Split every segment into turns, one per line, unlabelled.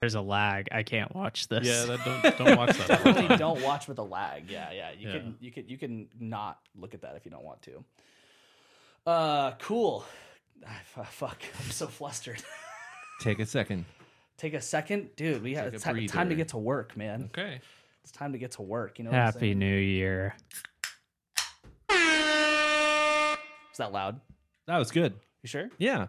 there's a lag. I can't watch this.
Yeah, that, don't don't watch that. all the
Definitely
time.
don't watch with a lag. Yeah, yeah. You
Yeah.
can you can you can not look at that if you don't want to. Uh, cool. Ah, fu- fuck, I'm so flustered.
Take a second.
Take a second, dude. We have
Take a
it's ti- time to
breather.
get to work, man.
Okay.
It's time to get to work. You know, what I'm
Happy
saying?
New Year.
Is that loud?
That was good.
You sure?
Yeah.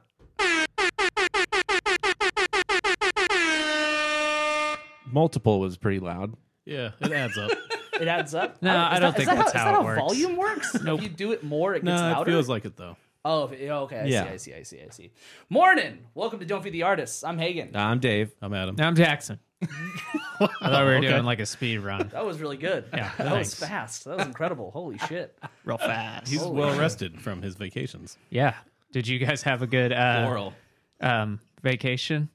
Multiple was pretty loud.
Yeah, it adds up.
It adds up.
No,
is
I don't
that- is
think
that
that's
how, is
how
that
it works.
volume works. If you do it more, it
no,
gets
it
louder.
feels like it though.
oh, if- yeah, okay. I
Yeah.
see. I see. I see. I see. Morning. Welcome to Don't Feed the Artists. I'm Hagen.
I'm Dave.
I'm Adam.
I'm Jackson. I thought we were
Okay.
doing like a speed run,
That was really good.
Yeah,
that
thanks.
was fast. That was incredible. Holy shit.
real fast.
He's well rested from his vacations.
yeah. Did you guys have a good uh, um, vacation?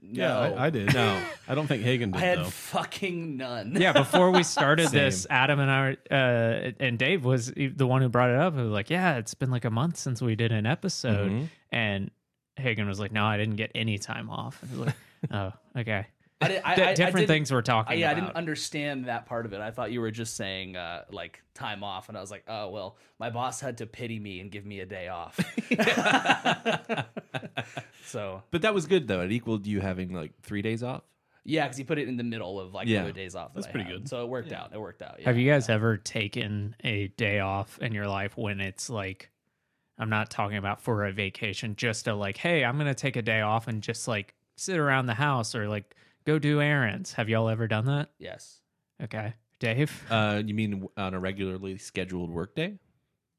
Yeah,
No.
I, I did. No, I don't think Hagen did
I had
though.
fucking none.
Yeah, before we started this,
Same.
Adam and I uh, and Dave was the one who brought it up. It was like, yeah, it's been like a month since we did an episode,
Mm-hmm.
and Hagen was like, no, I didn't get any time off. And I was like, oh, okay.
I did, I,
D-
I- I
different
didn't-
things we're
I,
talking
yeah, I
about.
didn't understand that part of it. I thought you were just saying uh, like time off, and I was like, oh well, my boss had to pity me and give me a day off. so
But that was good though. It equaled you having like three days off.
yeah, because he put it in the middle of like
Yeah.
the days off. that
That's
I
pretty
had.
good.
So it worked out. It worked out. Yeah.
Have you guys ever taken a day off in your life when it's like, I'm not talking about for a vacation, just a like, hey, I'm going to take a day off and just like sit around the house or like go do errands. Have y'all ever done that?
Yes.
Okay. Dave?
Uh, you mean on a regularly scheduled workday?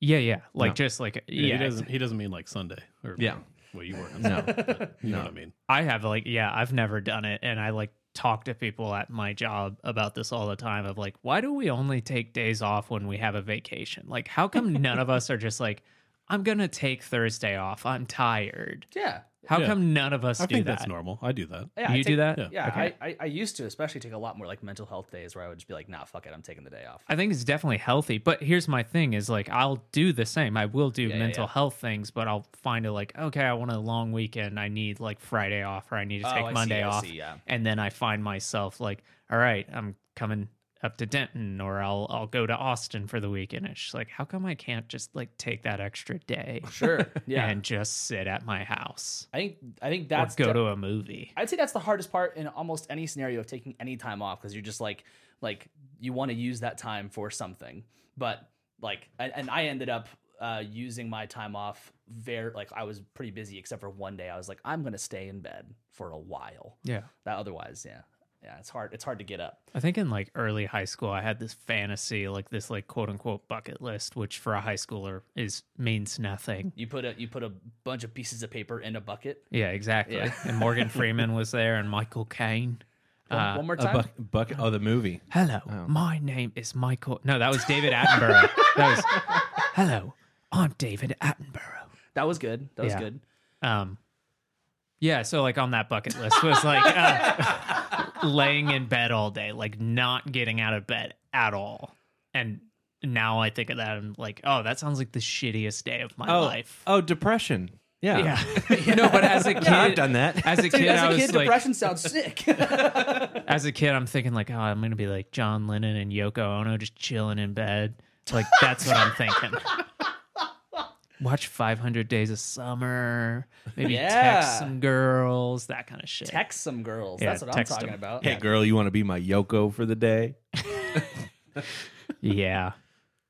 Yeah, yeah. Like
No.
just like,
Yeah,
yeah.
he doesn't. He doesn't mean like Sunday or
Yeah.
Well, you weren't. on
No.
Sunday, but you know
No.
what I mean.
I have like, yeah, I've never done it. And I like talk to people at my job about this all the time of like, why do we only take days off when we have a vacation? Like, how come none of us are just like, I'm going to take Thursday off. I'm tired.
Yeah.
How
Yeah.
come none of us
I
do
think
that?
that's normal. I do that.
Yeah, I
you do
take-
that?
Yeah.
Yeah,
Okay.
I, I, I used to especially take a lot more like mental health days where I would just be like, nah, fuck it, I'm taking the day off.
I think it's definitely healthy. But here's my thing is like I'll do the same. I will do
Yeah, yeah,
mental
yeah.
health things, but I'll find it like, okay, I want a long weekend. I need like Friday off or I need to
Oh,
take
I see,
Monday
I
off.
see, yeah.
And then I find myself like, all right, I'm coming up to Denton or I'll I'll go to Austin for the weekend. It's just like, how come I can't just like take that extra day
Sure. Yeah.
and just sit at my house?
I think I think
Or
that's
go
de-
to a movie.
I'd say that's the hardest part in almost any scenario of taking any time off because you're just like like you want to use that time for something. But like and, and I ended up uh, using my time off very like I was pretty busy except for one day I was like I'm gonna stay in bed for a while.
Yeah.
That otherwise, yeah, yeah, it's hard. It's hard to get up.
I think in like early high school, I had this fantasy, like this like quote unquote bucket list, which for a high schooler is means nothing.
You put a you put a bunch of pieces of paper in a bucket.
Yeah, exactly.
Yeah.
And Morgan Freeman was there, and Michael Caine.
One,
Uh,
one more
A
time.
buck, buck. Oh, the movie.
Hello, my name is Michael. No, that was David Attenborough. that was hello. I'm David Attenborough.
That was good. That was
Yeah.
good.
Um, yeah, so like on that bucket list was like uh, laying in bed all day, like not getting out of bed at all. And now I think of that and like, oh, that sounds like the shittiest day of my
Oh,
life.
oh, depression. Yeah.
yeah. no, but as a kid,
I've done that.
As a kid,
Dude,
I
as a
was
kid,
like,
depression sounds sick.
as a kid, I'm thinking like, oh, I'm gonna be like John Lennon and Yoko Ono just chilling in bed. Like that's what I'm thinking. Watch 500 Days of Summer, maybe
Yeah.
text some girls, that kind of shit.
text some girls.
Yeah,
That's what I'm
text
talking
them.
about.
Hey, girl, you want to be my Yoko for the day?
Yeah.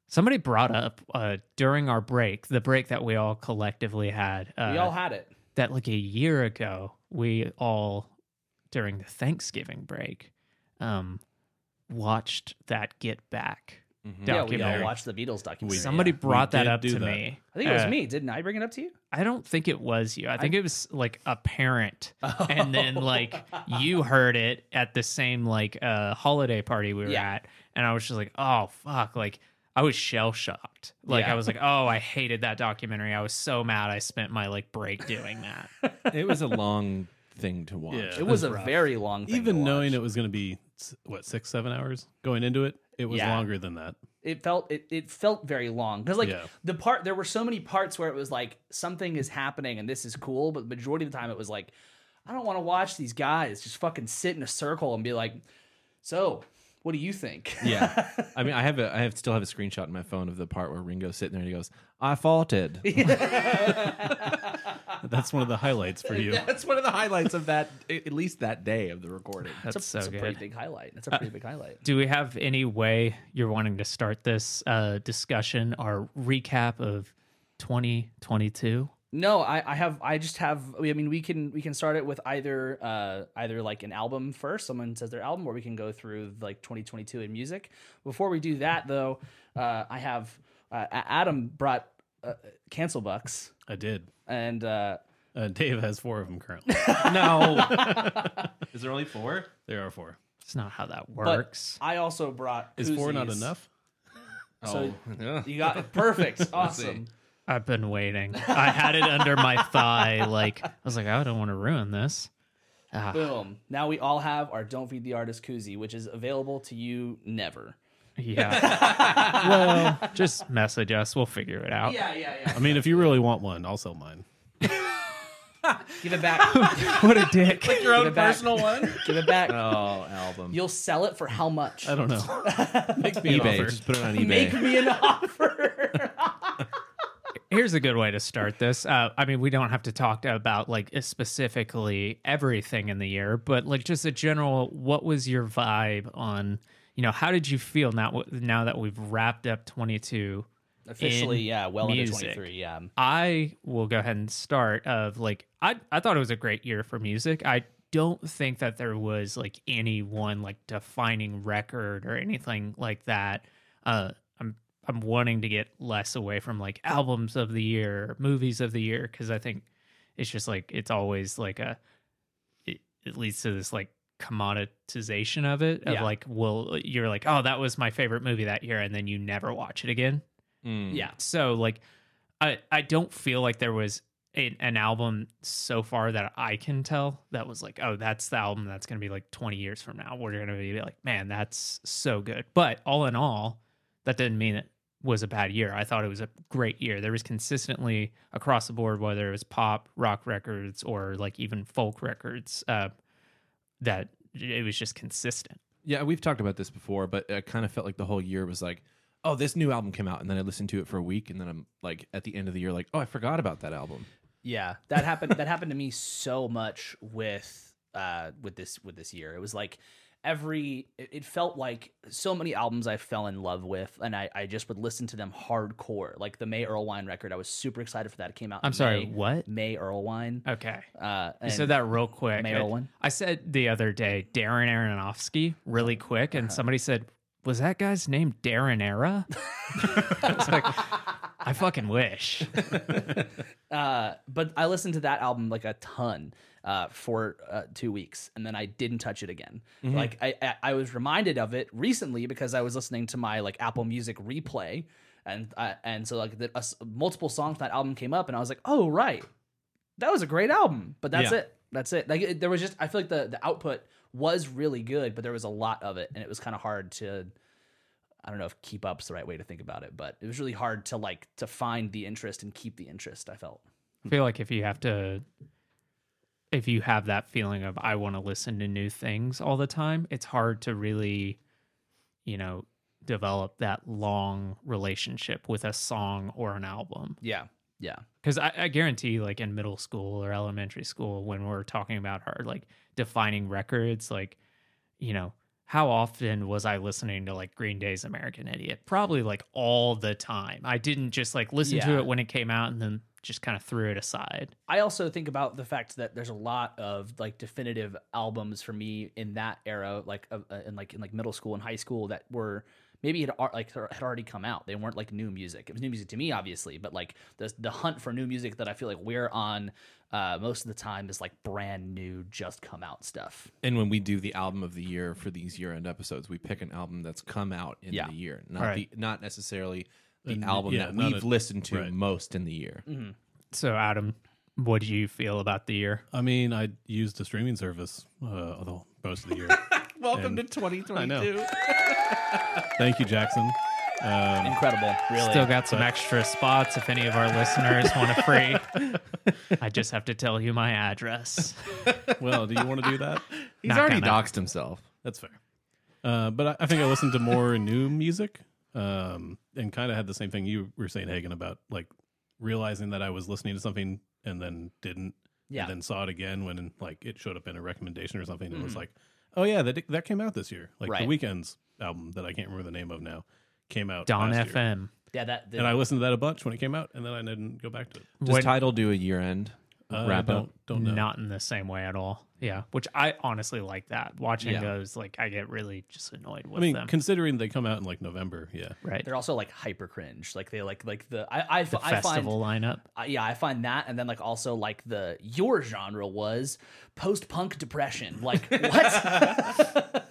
Somebody brought up uh, during our break, the break that we all collectively had, uh,
we all had it.
that like a year ago, we all, during the Thanksgiving break, um, watched that Get Back
Mm-hmm.
documentary.
Yeah, we all watched the Beatles documentary.
Somebody
yeah.
brought that
did
up
do
to
that.
me.
I think it was
Uh,
me. Didn't I bring it up to you?
I don't think it was you. I think it was like a parent,
Oh.
and then like you heard it at the same like uh, holiday party we were
Yeah.
at, and I was just like, oh fuck, like I was shell shocked. Like
Yeah.
I was like, oh, I hated that documentary. I was so mad. I spent my like break doing that.
It was a long thing to watch.
Yeah.
It was a very long. Thing
Even
to
knowing
watch.
it was going to be s- what six, seven hours going into it, it was
Yeah.
longer than that.
it felt it, it felt very long because like
Yeah.
the part there were so many parts where it was like something is happening and this is cool, but the majority of the time it was like I don't want to watch these guys just fucking sit in a circle and be like, so what do you think?
Yeah. I mean, I have a, I have still have a screenshot in my phone of the part where Ringo's sitting there and he goes, "I faulted."
That's one of the highlights for you.
That's one of the highlights of that, at least that day of the recording.
That's
It's a,
so
it's a
good.
pretty big highlight. It's a pretty big highlight.
Do we have any way you're wanting to start this uh, discussion or recap of 2022?
No, I, I have I just have I mean we can we can start it with either uh either like an album first, someone says their album, or we can go through like 2022 in music. Before we do that though, uh, I have uh, A- Adam brought uh, cancel bucks
I did.
and uh,
Uh, Dave has four of them currently.
No. Is there only four?
there are four.
It's not how that
but
works.
I also brought
Is four not
koozies.
enough?
So
yeah.
you got perfect, awesome.
I've been waiting. I had it under my thigh. Like I was like, I don't want to ruin this. Ah,
Boom. Now we all have our Don't Feed the Artist koozie, which is available to you never.
yeah. well, just message us. We'll figure it out.
Yeah, yeah, yeah.
I mean, if you really want one, I'll sell mine.
Give it back.
What a dick.
Your
own personal
one?
Give it back.
Oh, album.
You'll sell it for how much?
I don't know. Make me an
eBay.
offer.
Just put it on
Make
eBay.
me an offer.
Here's a good way to start this. Uh, I mean, we don't have to talk about like uh, specifically everything in the year, but like just a general, what was your vibe on, you know, how did you feel now, w- now that we've wrapped up 22?
Officially,
In
yeah, well
music.
into 23, yeah.
Um, I will go ahead and start of like, I, I thought it was a great year for music. I don't think that there was like any one like defining record or anything like that. Uh, I'm I'm wanting to get less away from like albums of the year, movies of the year, because I think it's just like it's always like a it, it leads to this like commoditization of it of
Yeah.
like well you're like oh that was my favorite movie that year and then you never watch it again Hmm.
Mm.
Yeah.
so like i i don't feel like there was an, an album so far that i can tell that was like oh that's the album that's going to be like 20 years from now we're going to be like man that's so good but all in all that didn't mean it was a bad year i thought it was a great year there was consistently across the board whether it was pop rock records or like even folk records uh that it was just consistent
Yeah, we've talked about this before, but it kind of felt like the whole year was like, oh, this new album came out, and then I listened to it for a week, and then I'm like, at the end of the year, like, oh, I forgot about that album.
Yeah. That happened that happened to me so much with uh with this with this year. It was like every it it felt like so many albums I fell in love with and I I just would listen to them hardcore. Like the May Earlwine record, I was super excited for that. It came out in
i'm sorry
May,
what
May Earlwine.
okay
Uh
You
and
said that real quick.
Mayo
I-
one?
I said the other day, Darren Aronofsky, really
Oh.
quick,
Uh-huh.
and somebody said, "Was that guy's name Darren Era?" I was like, I fucking wish.
Uh, but I listened to that album like a ton uh, for uh, two weeks, and then I didn't touch it again. Like I, I, I was reminded of it recently because I was listening to my like Apple Music replay, and I, and so like the, uh, multiple songs from that album came up, and I was like, oh right, that was a great album. But that's
Yeah.
it. That's it. Like it, there was just I feel like the the output was really good, but there was a lot of it, and it was kind of hard to. I don't know if keep up's the right way to think about it, but it was really hard to like to find the interest and keep the interest. I felt.
I feel like if you have to, if you have that feeling of I want to listen to new things all the time, it's hard to really, you know, develop that long relationship with a song or an album.
Yeah. Yeah.
because I, I guarantee like in middle school or elementary school when we're talking about our like defining records like you know how often was i listening to like green day's american idiot probably like all the time i didn't just like listen to
Yeah.
it when it came out and then just kind of threw it aside
I also think about the fact that there's a lot of like definitive albums for me in that era, like of- uh, in like in like middle school and high school that were maybe had ar- like had already come out. They weren't like new music. It was new music to me, obviously, but like the the hunt for new music that I feel like we're on uh, most of the time is like brand new, just come out stuff.
And when we do the album of the year for these year-end episodes, we pick an album that's come out in
Yeah.
the year, not
Right.
the not necessarily the
Uh,
album
yeah,
that
not
we've
a-
listened to
right. Mm-hmm.
most in the year.
so adam what do you feel about the year
I mean, I used a streaming service uh, the whole- most of the year.
Welcome
And-
to 2022.
Thank you, Jackson. Um,
Incredible, really.
Still got some extra spots if any of our listeners want a free. I just have to tell you my address.
well, do you want to do that?
He's
Not
already
gonna.
doxed himself.
That's fair. Uh, but I, I think I listened to more new music um, and kind of had the same thing you were saying, Hagen, about like realizing that I was listening to something and then didn't.
Yeah.
And then saw it again when like it showed up in a recommendation or something. And it was like, oh, yeah, that, that came out this year. Like
Mm. Right.
the Weekends album that I can't remember the name of now came out.
Don
last year.
FM.
yeah, that.
And I listened to that a bunch when it came out and then I didn't go back to it.
Does
What-
title do a year end
Uh,
wrap
don't,
up?
Don't know.
Not in the same way at all. Yeah. Which I honestly like that. Watching
Yeah.
those, like, I get really just annoyed with
I mean,
them.
considering they come out in like November, yeah.
right.
they're also like hyper cringe. Like they like like the I I,
The
I find
festival lineup.
I- yeah, I find that, and then like also like the your genre was post punk depression. Like what?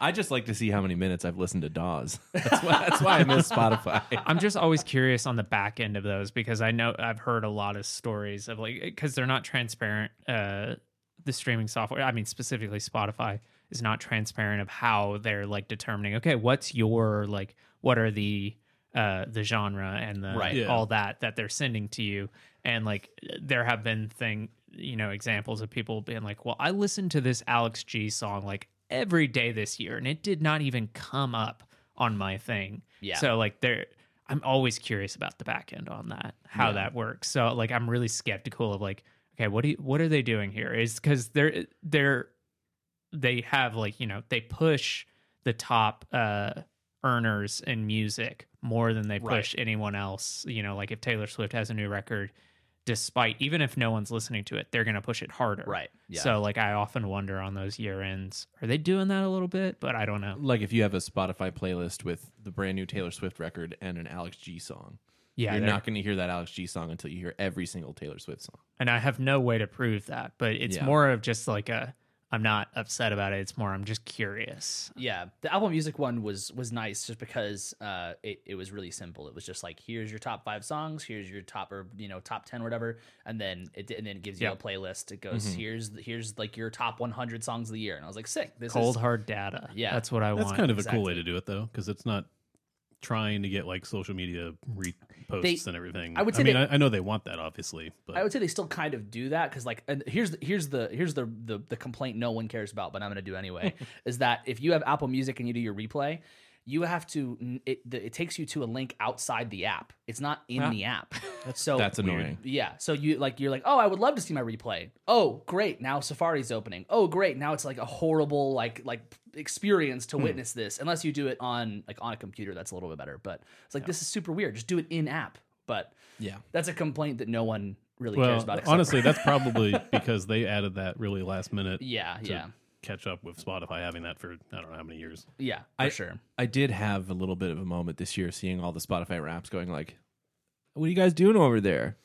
I just like to see how many minutes I've listened to Dawes. That's why, that's why I miss Spotify.
I'm just always curious on the back end of those because I know I've heard a lot of stories of like because they're not transparent. Uh, the streaming software, I mean specifically Spotify, is not transparent of how they're like determining. Okay, what's your like? What are the uh, the genre and the
Right.
Yeah.
all that that they're sending to you? And like there have been thing you know examples of people being like, well, I listened to this Alex G song like every day this year, and it did not even come up on my thing.
Yeah.
So like there I'm always curious about the back end on that, how that works. So like I'm really skeptical of like, okay, what do you, what are they doing here? Is cause they're they're they have like, you know, they push the top uh earners in music more than they
Right.
push anyone else. You know, like if Taylor Swift has a new record, despite even if no one's listening to it, they're gonna push it harder.
right. Yeah.
So like I often wonder on those year ends, are they doing that a little bit? But I don't know.
Like if you have a Spotify playlist with the brand new Taylor Swift record and an Alex G song,
Yeah,
you're
they're-
not going to hear that Alex G song until you hear every single Taylor Swift song.
and I have no way to prove that, but it's
Yeah.
more of just like a I'm not upset about it. It's more I'm just curious.
yeah the album music one was was nice just because uh it, it was really simple it was just like here's your top five songs here's your top or you know top 10 whatever and then it and then it gives you
Yeah.
a playlist it goes
Mm-hmm.
here's here's like your top 100 songs of the year and i was like sick this
Cold
is
hard data.
Yeah.
that's what I
That's
want.
kind of a cool way
exactly.
to do it though, because it's not trying to get like social media reposts and everything.
I would say
I mean,
they-
I, I know they want that obviously, but
I would say they still kind of do that because, like, and here's the, here's the here's the, the the complaint no one cares about, but I'm gonna do anyway. is that if you have Apple Music and you do your replay, you have to it the, it takes you to a link outside the app. It's not in the app. so
That's
weird.
annoying.
Yeah. So you like you're like, oh, I would love to see my replay. Oh, great! Now Safari's opening. Oh, great! Now it's like a horrible like like experience
Hmm.
to witness this unless you do it on like on a computer. That's a little bit better. But it's like this is super weird. Just do it in app. But
Yeah.
that's a complaint that no one really cares
well,
about. except for-
honestly, that's probably because they added that really last minute.
yeah,
to
yeah,
Catch up with Spotify having that for I don't know how many years.
yeah, for
I-
sure.
I did have a little bit of a moment this year seeing all the Spotify raps going like, what are you guys doing over there?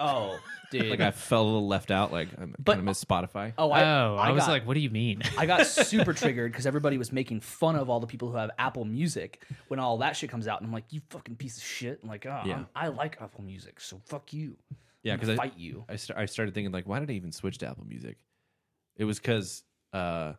Oh, dude.
Like I felt a little left out. Like I kind
But-
of miss Spotify.
oh, I,
Oh, I, was
got-
like, what do you mean?
I got super triggered because everybody was making fun of all the people who have Apple Music when all that shit comes out, and I'm like, you fucking piece of shit. I'm like, oh,
Yeah.
I like Apple Music, so fuck you.
yeah,
I'm
because
gonna
I,
fight you.
I, sta- I started thinking like, why did I even switch to Apple Music? It was because uh,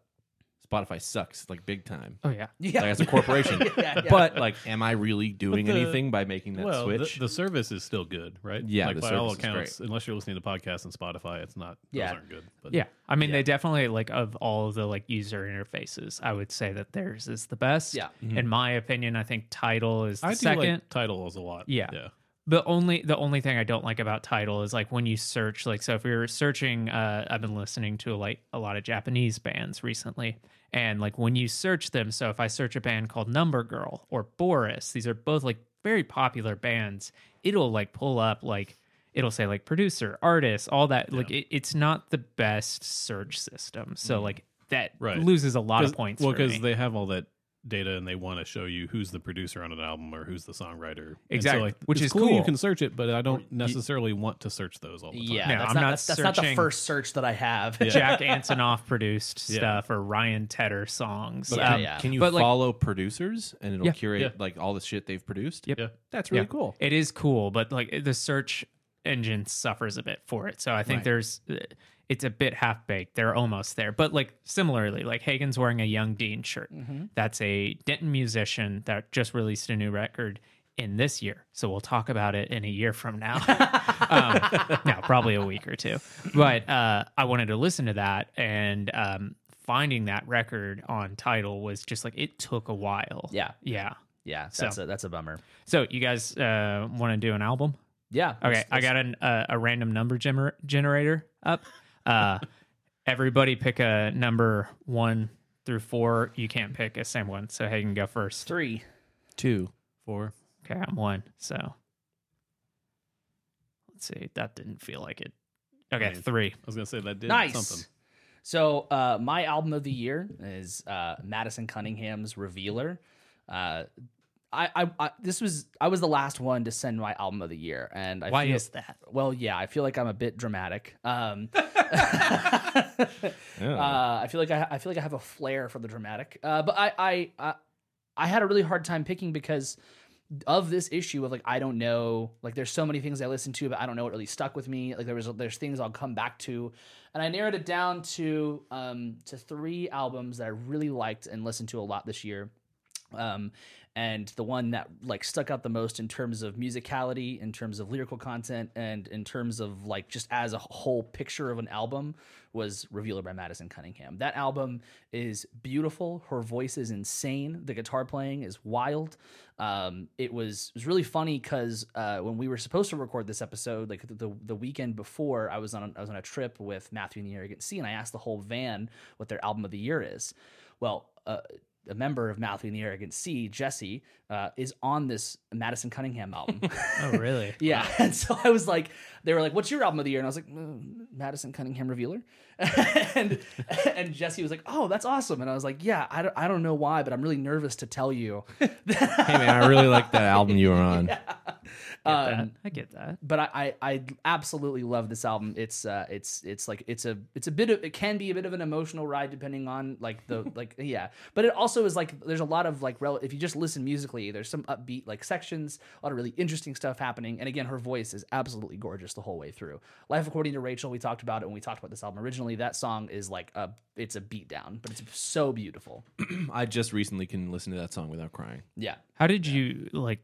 Spotify sucks like big time.
oh yeah,
Yeah,
Like as a corporation.
yeah, yeah.
But like, am I really doing
the-
anything by making that
well,
switch?
The, the service is still good, right?
Yeah,
like
the
by all
service is
accounts, unless you're listening to podcasts and Spotify, it's not.
Yeah.
those aren't good. But
yeah. I mean, they definitely like of all the like user interfaces, I would say that theirs is the best.
Yeah.
in my opinion, I think Title is the
Mm-hmm. I do
second.
like titles a lot.
Yeah.
yeah.
the only the only thing I don't like about title is like when you search like so if you're searching uh I've been listening to like a lot of Japanese bands recently and like when you search them so if I search a band called Number Girl or Boris these are both like very popular bands it'll like pull up like it'll say like producer artist all that like it, it's not the best search system so like that
Mm-hmm. Right.
loses a lot of
'Cause-
points
Well,
for me.
because they have all that data and they want to show you who's the producer on an album or who's the songwriter. And so,
Exactly,
like,
which
it's
is
cool,
cool.
You can search it, but I don't necessarily want to search those all the time.
yeah,
No,
that's
I'm
not,
not
that's, that's not the
searching-
first search that I have.
Jack Antonoff produced
Yeah.
stuff or Ryan Tedder songs
Yeah,
Um,
yeah.
Can you
but, like-
follow producers and it'll
Yeah.
curate
Yeah.
like all the shit they've produced?
Yep.
Yeah.
That's really
Yeah.
cool.
It is cool, but like the search engine suffers a bit for it. So I think
Right.
there's uh, it's a bit half baked. They're almost there. But like similarly, like Hagen's wearing a Young Dean shirt.
Mm-hmm.
That's a Denton musician that just released a new record in this year. So we'll talk about it in a year from now. um, no, probably a week or two. But uh, I wanted to listen to that and um, finding that record on title was just like it took a while.
Yeah.
Yeah.
Yeah.
So-
That's a that's a bummer.
So you guys uh, want to do an album?
Yeah.
Okay,
let's-
I got an, uh, a random number gener- generator up. Uh, everybody pick a number one through four. You can't pick a same one, so Hagen go first.
three.
Two, four.
Okay, I'm one. So let's see. That didn't feel like it. Okay, three.
I was gonna say that did
Nice.
something.
So uh, my album of the year is uh, Madison Cunningham's Revealer. Uh, I, I, I this was I was the last one to send my album of the year, and I
Why
feel,
is that?
Well, yeah, I feel like I'm a bit dramatic. Um, Uh, I feel like I, I feel like I have a flair for the dramatic. Uh, but I, I I I had a really hard time picking because of this issue of like I don't know like there's so many things I listened to but I don't know what really stuck with me like there was there's things I'll come back to and I narrowed it down to um to three albums that I really liked and listened to a lot this year um, and the one that like stuck out the most in terms of musicality in terms of lyrical content and in terms of like just as a whole picture of an album was revealer by madison cunningham that album is beautiful her voice is insane the guitar playing is wild um, it was it was really funny because uh, when we were supposed to record this episode like the, the, the weekend before i was on i was on a trip with matthew and the arrogant sea and i asked the whole van what their album of the year is well uh, a member of Matthew and the Arrogant Sea, Jesse, uh, is on this Madison Cunningham album.
Oh, really?
yeah. And so I was like, they were like, what's your album of the year? And I was like, "Mm, Madison Cunningham Revealer. and, and Jesse was like, oh, that's awesome. And I was like, yeah, I don't, I don't know why, but I'm really nervous to tell you.
Hey man, I really like that album you were on.
That-
Um,
I get that.
but I, I I absolutely love this album. It's uh it's it's like it's a it's a bit of it can be a bit of an emotional ride depending on like the like yeah. But it also is like there's a lot of like rel- if you just listen musically, there's some upbeat like sections, a lot of really interesting stuff happening. And again, her voice is absolutely gorgeous the whole way through. Life according to Rachel, we talked about it when we talked about this album originally. That song is like a it's a beat down, but it's so beautiful.
I just recently can listen to that song without crying.
Yeah.
How did you like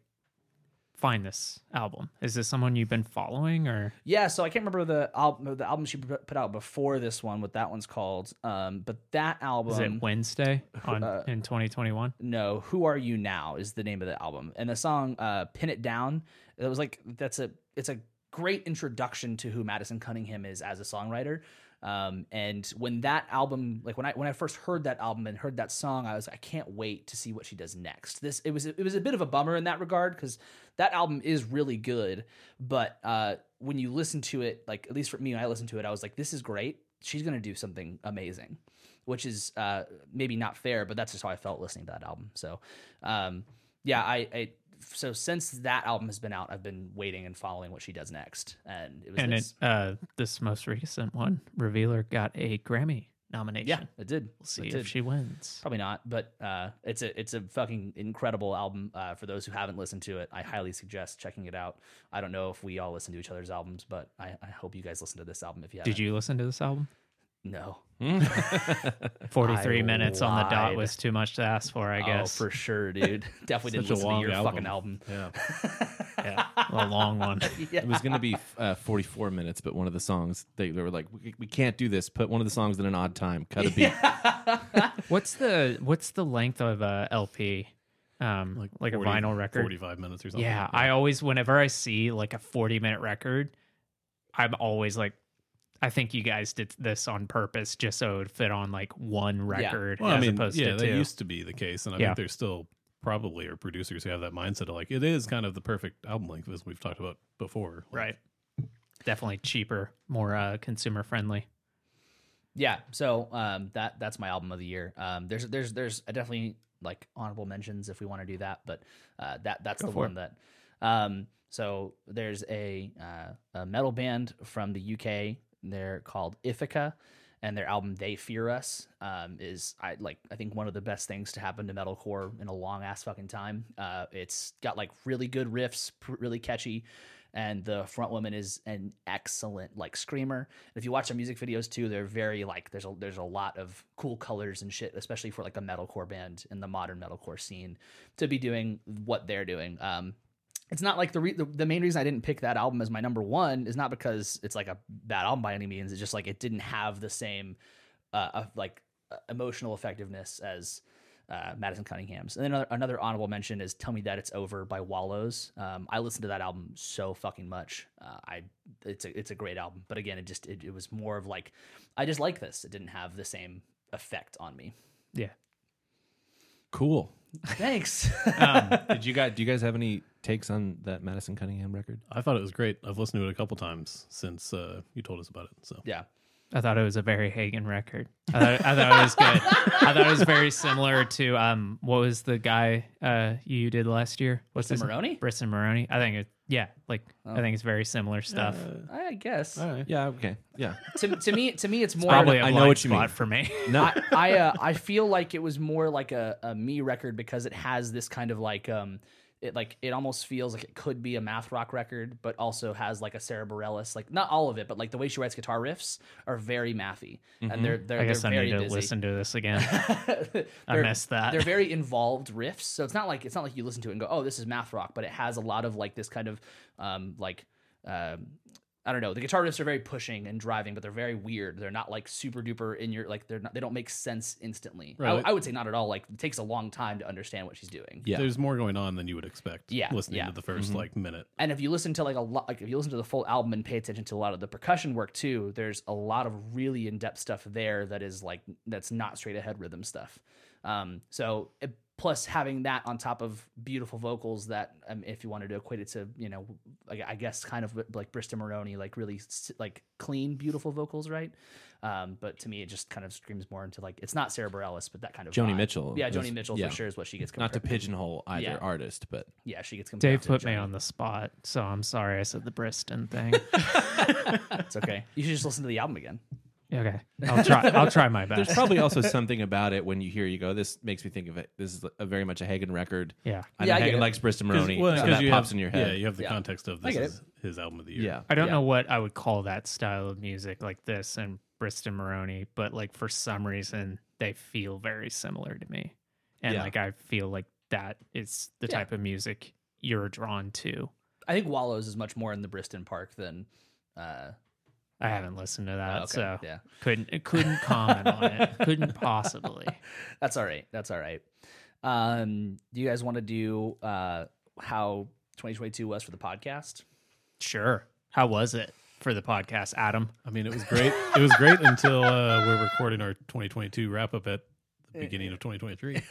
find this album? Is this someone you've been following or?
Yeah, so I can't remember the album the album she put out before this one, what that one's called. Um, but that album
Is it Wednesday on,
uh,
in 2021?
no who are you now is the name of the album and the song uh pin it down it was like that's a it's a great introduction to who madison cunningham is as a songwriter um and when that album like when i when i first heard that album and heard that song i was i can't wait to see what she does next this it was it was a bit of a bummer in that regard because that album is really good but uh when you listen to it like at least for me when i listened to it i was like this is great she's gonna do something amazing which is uh, maybe not fair, but that's just how I felt listening to that album. So, um, yeah, I, I so since that album has been out, I've been waiting and following what she does next, and it was
and it,
this.
uh, this most recent one, Revealer got a Grammy nomination.
yeah, it did.
we'll see
it
if
did.
she wins.
Probably not, but uh, it's a it's a fucking incredible album. Uh, for those who haven't listened to it, I highly suggest checking it out. I don't know if we all listen to each other's albums, but I, I hope you guys listen to this album if you haven't.
Did you listen to this album?
No.
Forty-three
I
minutes on the dot
lied.
was too much to ask for. I guess
Oh, for sure, dude. Definitely didn't
Such a
listen to
long
your
album.
fucking album.
Yeah.
yeah, a long one.
It was gonna be uh, 44 minutes, but one of the songs they, they were like, we, "We can't do this. Put one of the songs in an odd time. Cut a beat."
What's the what's the length of a LP? Um, like, a
40
vinyl record.
Forty-five minutes or something.
Yeah, I always whenever I see like a forty-minute record, I'm always like. I think you guys did this on purpose just so it would fit on like one record
Well,
as
I mean,
opposed
yeah,
to
that
two.
used to be the case, and I
Yeah.
think there's still probably are producers who have that mindset of like it is kind of the perfect album length as we've talked about before. Like,
right. Definitely cheaper, more uh, consumer friendly.
Yeah, so um, that that's my album of the year. Um, there's there's there's a definitely like honorable mentions if we want to do that, but uh, that that's the one that. Um, so there's a uh, a metal band from the UK. They're called Ithaca, and their album "They Fear Us" um, is I like I think one of the best things to happen to metalcore in a long ass fucking time. Uh, it's got like really good riffs, pr- really catchy, and the front woman is an excellent like screamer. And if you watch their music videos too, they're very like there's a there's a lot of cool colors and shit, especially for like a metalcore band in the modern metalcore scene to be doing what they're doing. Um, it's not like the, re- the the main reason I didn't pick that album as my number one is not because it's like a bad album by any means. It's just like it didn't have the same uh, of like uh, emotional effectiveness as uh, Madison Cunningham's. And then another, another honorable mention is "Tell Me That It's Over" by Wallows. Um, I listened to that album so fucking much. Uh, I it's a it's a great album, but again, it just it, it was more of like I just like this. It didn't have the same effect on me.
Yeah.
Cool.
Thanks.
Did you guys do you guys have any takes on that Madison Cunningham record?
I thought it was great. I've listened to it a couple times since uh, you told us about it. So
yeah.
I thought it was a very Hagen record. I thought, I thought it was good. I thought it was very similar to um, what was the guy uh you did last year? What's his-
Maroney?
Briston Maroney. I think it. Yeah, like
Oh.
I think it's very
Uh,
similar stuff.
I guess
Oh,
Yeah. Okay. Yeah.
to, to me to me it's more
Probably a
I know
blind
what you
spot
mean.
for me.
No.
I I, uh, I feel like it was more like a, a me record because it has this kind of like um it like it almost feels like it could be a math rock record but also has like a Sarah Bareilles like not all of it but like the way she writes guitar riffs are very mathy and they're they're,
Mm-hmm. I guess
they're
I
very
need to
busy.
listen to this again. I
They're-
missed that.
They're very involved riffs, so it's not like it's not like you listen to it and go, "Oh, this is math rock," but it has a lot of like this kind of um, like um, I don't know. The guitar riffs are very pushing and driving, but they're very weird. They're not like super duper in your like they're not they don't make sense instantly. I-
Right.
I, would say not at all. Like it takes a long time to understand what she's doing.
Yeah.
there's more going on than you would expect.
Yeah,
listening
yeah.
to the 1st
Mm-hmm.
like minute.
and if you listen to like a lot like if you listen to the full album and pay attention to a lot of the percussion work too there's a lot of really in-depth stuff there that is like that's not straight ahead rhythm stuff um so it, plus having that on top of beautiful vocals that um, if you wanted to equate it to you know i, I guess kind of like bristol maroney like really s- like clean beautiful vocals right um but to me it just kind of screams more into like it's not sarah Bareilles, but that kind of
Joni
vibe.
Mitchell
yeah
is-
joni mitchell
yeah.
for sure is what she gets compared
Not to pigeonhole either
Yeah.
artist, but
yeah she gets compared
Dave
to
put me
Joni.
on the spot, so I'm sorry I said the Briston thing.
it's okay you should just listen to the album again
okay, I'll try. I'll try my
there's
best.
probably also something about it when you hear you go. This makes me think of it. This is a very much a Hagen record.
Yeah.
I
Yeah,
know
I get
Hagen
it.
likes Bristol Maroney,
well,
so
'cause
that
you
pops
have-
in your
Yeah,
head.
you have the
Yeah.
context of
I
this
get
is his album of the year.
yeah.
I don't
Yeah.
know what I would call that style of music, like this and Briston Maroney, but like for some reason they feel very similar to me, and
Yeah.
like I feel like that is the
Yeah.
type of music you're drawn to.
I think Wallows is much more in the Briston Park than. Uh,
I haven't listened to that,
okay,
so
yeah.
couldn't couldn't comment on it. Couldn't possibly.
that's all right. That's all right. Um, do you guys want to do uh, how 2022 was for the podcast?
Sure. How was it for the podcast, Adam?
I mean, it was great. It was great until uh, we're recording our 2022 wrap up at
Eh.
the beginning of 2023.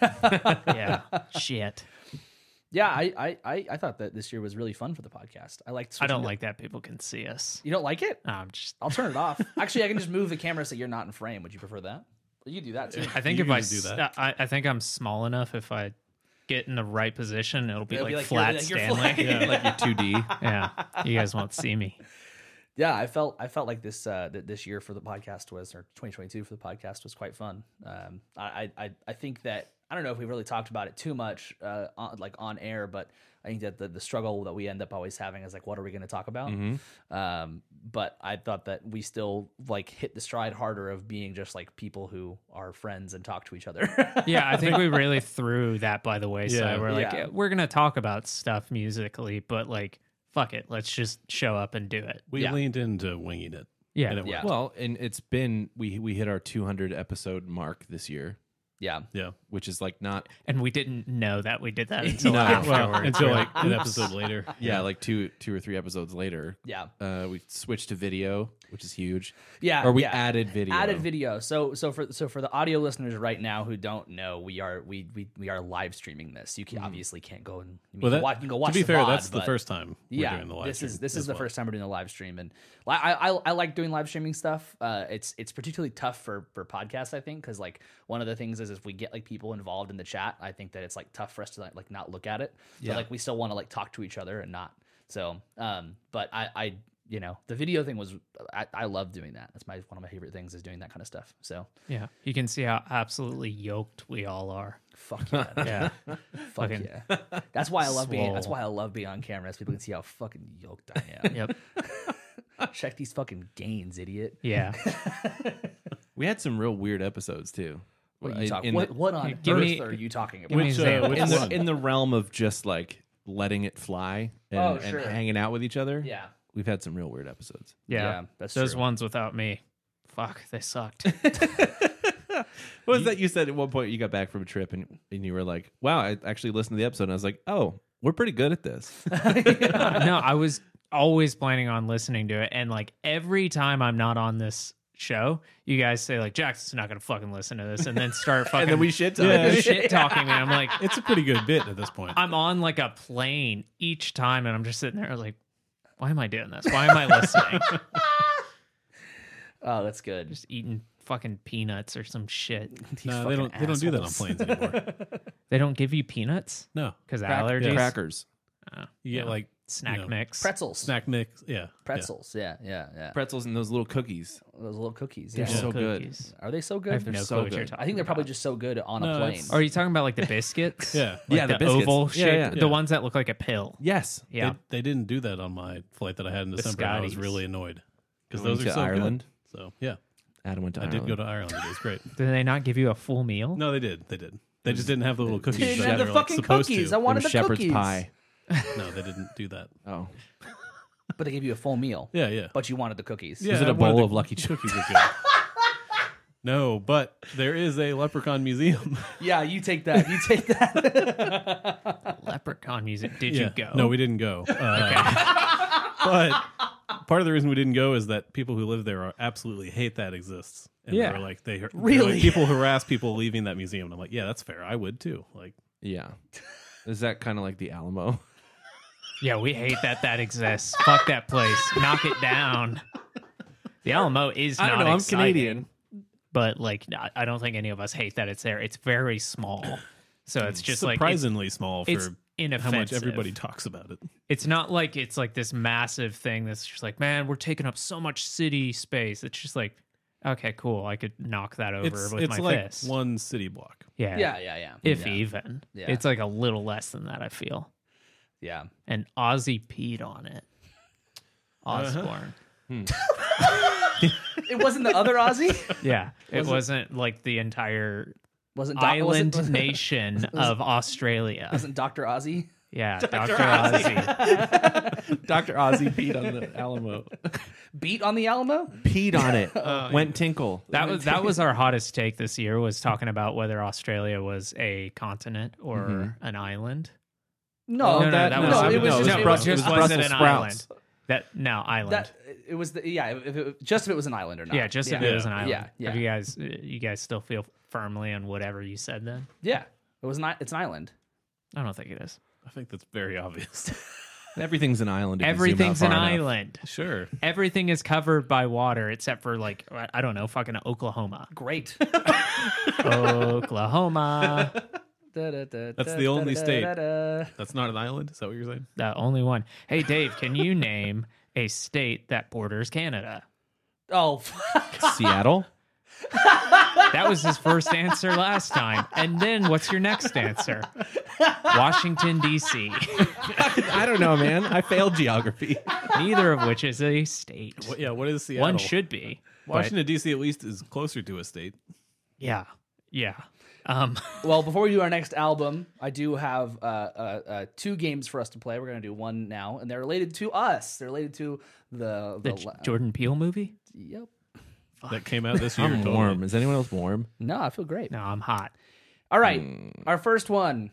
Yeah. Shit.
Yeah, I, I, I, I thought that this year was really fun for the podcast. I liked.
I don't
switching to-
like that people can see us.
You don't like it?
I'm just.
I'll turn it off. Actually, I can just move the camera so you're not in frame. Would you prefer that? You do that too.
I think
You
if I
usually do
s-
that.
I, I think I'm small enough. If I get in the right position, it'll be,
It'll
like,
be like you're-
flat
like you're
Stanley.
flat.
Yeah.
Yeah, like your 2D.
you guys won't see me.
Yeah, I felt I felt like this uh, that this year for the podcast was or 2022 for the podcast was quite fun. Um, I, I I- I think that I don't know if we really talked about it too much uh, on, like on air, but I think that the, the struggle that we end up always having is like, what are we going to talk about? Um, but I thought that we still like hit the stride harder of being just like people who are friends and talk to each other.
Yeah, I think we really threw that by the wayside.
Yeah.
We're like,
Yeah.
"Yeah, we're gonna talk about stuff musically, but like, fuck it, let's just show up and do it.
We
Yeah.
leaned into winging it.
Yeah,
And it
Yeah.
worked.
Well, and it's been we we hit our 200 episode mark this year,
yeah,
Yeah.
which is like not
and we didn't know that we did that until
No.
afterwards.
Well, until like an episode later.
yeah, like two two or three episodes later.
yeah,
Uh, we switched to video, which is huge.
yeah.
or we
yeah.
added video.
added video so so for so for the audio listeners right now who don't know we are we we, we are live streaming this you can obviously can't go and you,
Hmm. Well,
can
that,
watch, you can go watch
to be
the
fair,
VOD,
that's the
but-
first time we're
yeah
doing the live
this
stream
is this is
as
the
well.
first time we're doing a live stream and li- I, I I like doing live streaming stuff uh it's it's particularly tough for for podcasts I think because like one of the things is if we get like people involved in the chat I think that it's like tough for us to like, like not look at it but
Yeah.
like we still want to like talk to each other and not so um but I I you know, the video thing was I, I love doing that. That's my one of my favorite things is doing that kind of stuff. So
Yeah. You can see how absolutely yoked we all are.
fuck yeah, dude.
Yeah.
fuck
Fucking
yeah. That's why I love being. That's
swole.
why I love being on camera. So people can see how fucking yoked I am.
yep.
Check these fucking gains, idiot.
Yeah.
We had some real weird episodes too.
What,
In-
you talk,
in
what,
the-
what on
give
earth
me-
are you talking about?
give me
which,
an
uh,
example.
in, the,
one?
in the realm of just like letting it fly and,
Oh,
and
sure.
hanging out with each other.
yeah,
We've had some real weird episodes.
Yeah.
that's
Those
true.
ones without me. Fuck, they sucked.
What was that you said at one point you got back from a trip and, and you were like, wow, I actually listened to the episode and I was like, oh, we're pretty good at this.
no, I was always planning on listening to it. And like every time I'm not on this show, you guys say, like, Jackson's not going to fucking listen to this and then start fucking
and then we shit talked.
Yeah.
shit talking me. I'm like,
It's a pretty good bit at this point.
I'm on like a plane each time and I'm just sitting there like, why am I doing this? Why am I listening?
Oh, that's good.
just eating fucking peanuts or some shit.
no, they don't. They don't do that on planes anymore.
They don't give you peanuts
No,
because
Crack-
allergies.
Crackers,
you
Yeah.
get like
Snack
you know,
mix.
Pretzels,
snack mix. Yeah, yeah.
pretzels. Yeah, yeah, yeah.
pretzels, and those little cookies.
Those little cookies.
They're
Yeah.
Little
so good.
cookies.
Are they so
I
good?
have no
so
clue what
good.
you're talking
I think they're probably
about.
just so good on
No,
a plane.
it's-
Are you talking about like the biscuits?
Yeah,
Like
Yeah,
the,
the biscuits.
oval
Yeah,
shape,
yeah,
the
yeah.
ones that look like a pill.
Yes.
Yeah,
They, they didn't do that on my flight that I had in December. and I was
Biscottis.
really annoyed because
Going
those are
to
so good.
Ireland. Oh.
So yeah,
Adam went to
I
Ireland.
did go to Ireland. It was great.
did they not give you a full meal?
No, they did. They did. They just didn't have the little cookies.
didn't
that
have
they
the
were, like,
fucking
supposed
cookies.
to.
I wanted the
shepherd's
cookies.
pie.
No, they didn't do that.
Oh.
But they gave you a full meal.
Yeah, yeah.
But you wanted the cookies.
yeah
Was it
I
a
wanted
bowl
the
of Lucky Charms?
cookies? Were good. no, but there is a leprechaun museum.
Yeah, you take that. You take that.
Leprechaun music. Did you go?
No, we didn't go. Uh, but part of the reason we didn't go is that people who live there are absolutely hate that exists. And
Yeah.
they're like they they're like,
Really?
people harass people leaving that museum. And I'm like, yeah, that's fair. I would too. Like,
Yeah. Is that kind of like the Alamo?
Yeah, we hate that that exists. Fuck that place. Knock it down. The Alamo is not exciting, but like I- I don't think any of us hate that it's there. It's very small, so it's just like it's,
surprisingly small for
it's
how
inoffensive.
much everybody talks about it.
It's not like it's like this massive thing that's just like, man, we're taking up so much city space. It's just like, okay, cool, I could knock that over
It's,
with
it's
my
like
fist.
one city block.
yeah,
yeah, yeah, yeah.
if
yeah.
even.
Yeah.
It's like a little less than that. I feel.
Yeah.
And Ozzy peed on it. Osborne.
It wasn't the other Aussie?
Yeah, it wasn't like the entire
Wasn't Doc-
island
wasn't,
nation of Australia.
Wasn't Dr. Ozzy?
yeah, Dr. Ozzy.
Dr. Ozzy peed on the Alamo.
Beat on the Alamo?
Peed on it. Went tinkle.
That was that was our hottest take this year was talking about whether Australia was a continent or an island.
Oh, No,
no, no,
that-
that
no,
was
I
it
mean,
was
no,
just,
it
it
was-
was
it was
just wasn't
Brussels
an
sprouts.
island. That no island.
That it was the yeah, if it, just if it was an island or not.
yeah, just if
yeah.
it was an
Yeah,
island.
yeah.
If you guys uh, you guys still feel firmly on whatever you said then?
Yeah. It was not it's an island.
I don't think it is.
I think that's very obvious.
Everything's an island. if you zoom out
Everything's
far
an
enough.
island.
sure.
Everything is covered by water except for like I- I don't know, fucking Oklahoma.
Great.
Oklahoma,
That's
That's
the only state. That's not an island. Is that what you're saying?
the only one. Hey Dave, can you name a state that borders Canada?
Oh, fuck.
Seattle.
That was his first answer last time. And then what's your next answer? Washington D.C.
I don't know, man. I failed geography.
Neither of which is a state.
What, yeah. What is Seattle?
One should be.
Washington D.C. at least is closer to a state.
Yeah. Yeah. Um
Well, before we do our next album, I do have uh, uh, uh, two games for us to play. We're going to do one now, and they're related to us. They're related to
the
the. the,
J-
la-
Jordan Peele movie?
yep.
that came out this year.
I'm
totally.
warm. Is anyone else warm?
No, I feel great.
No, I'm hot.
All right.
Hmm.
Our first one.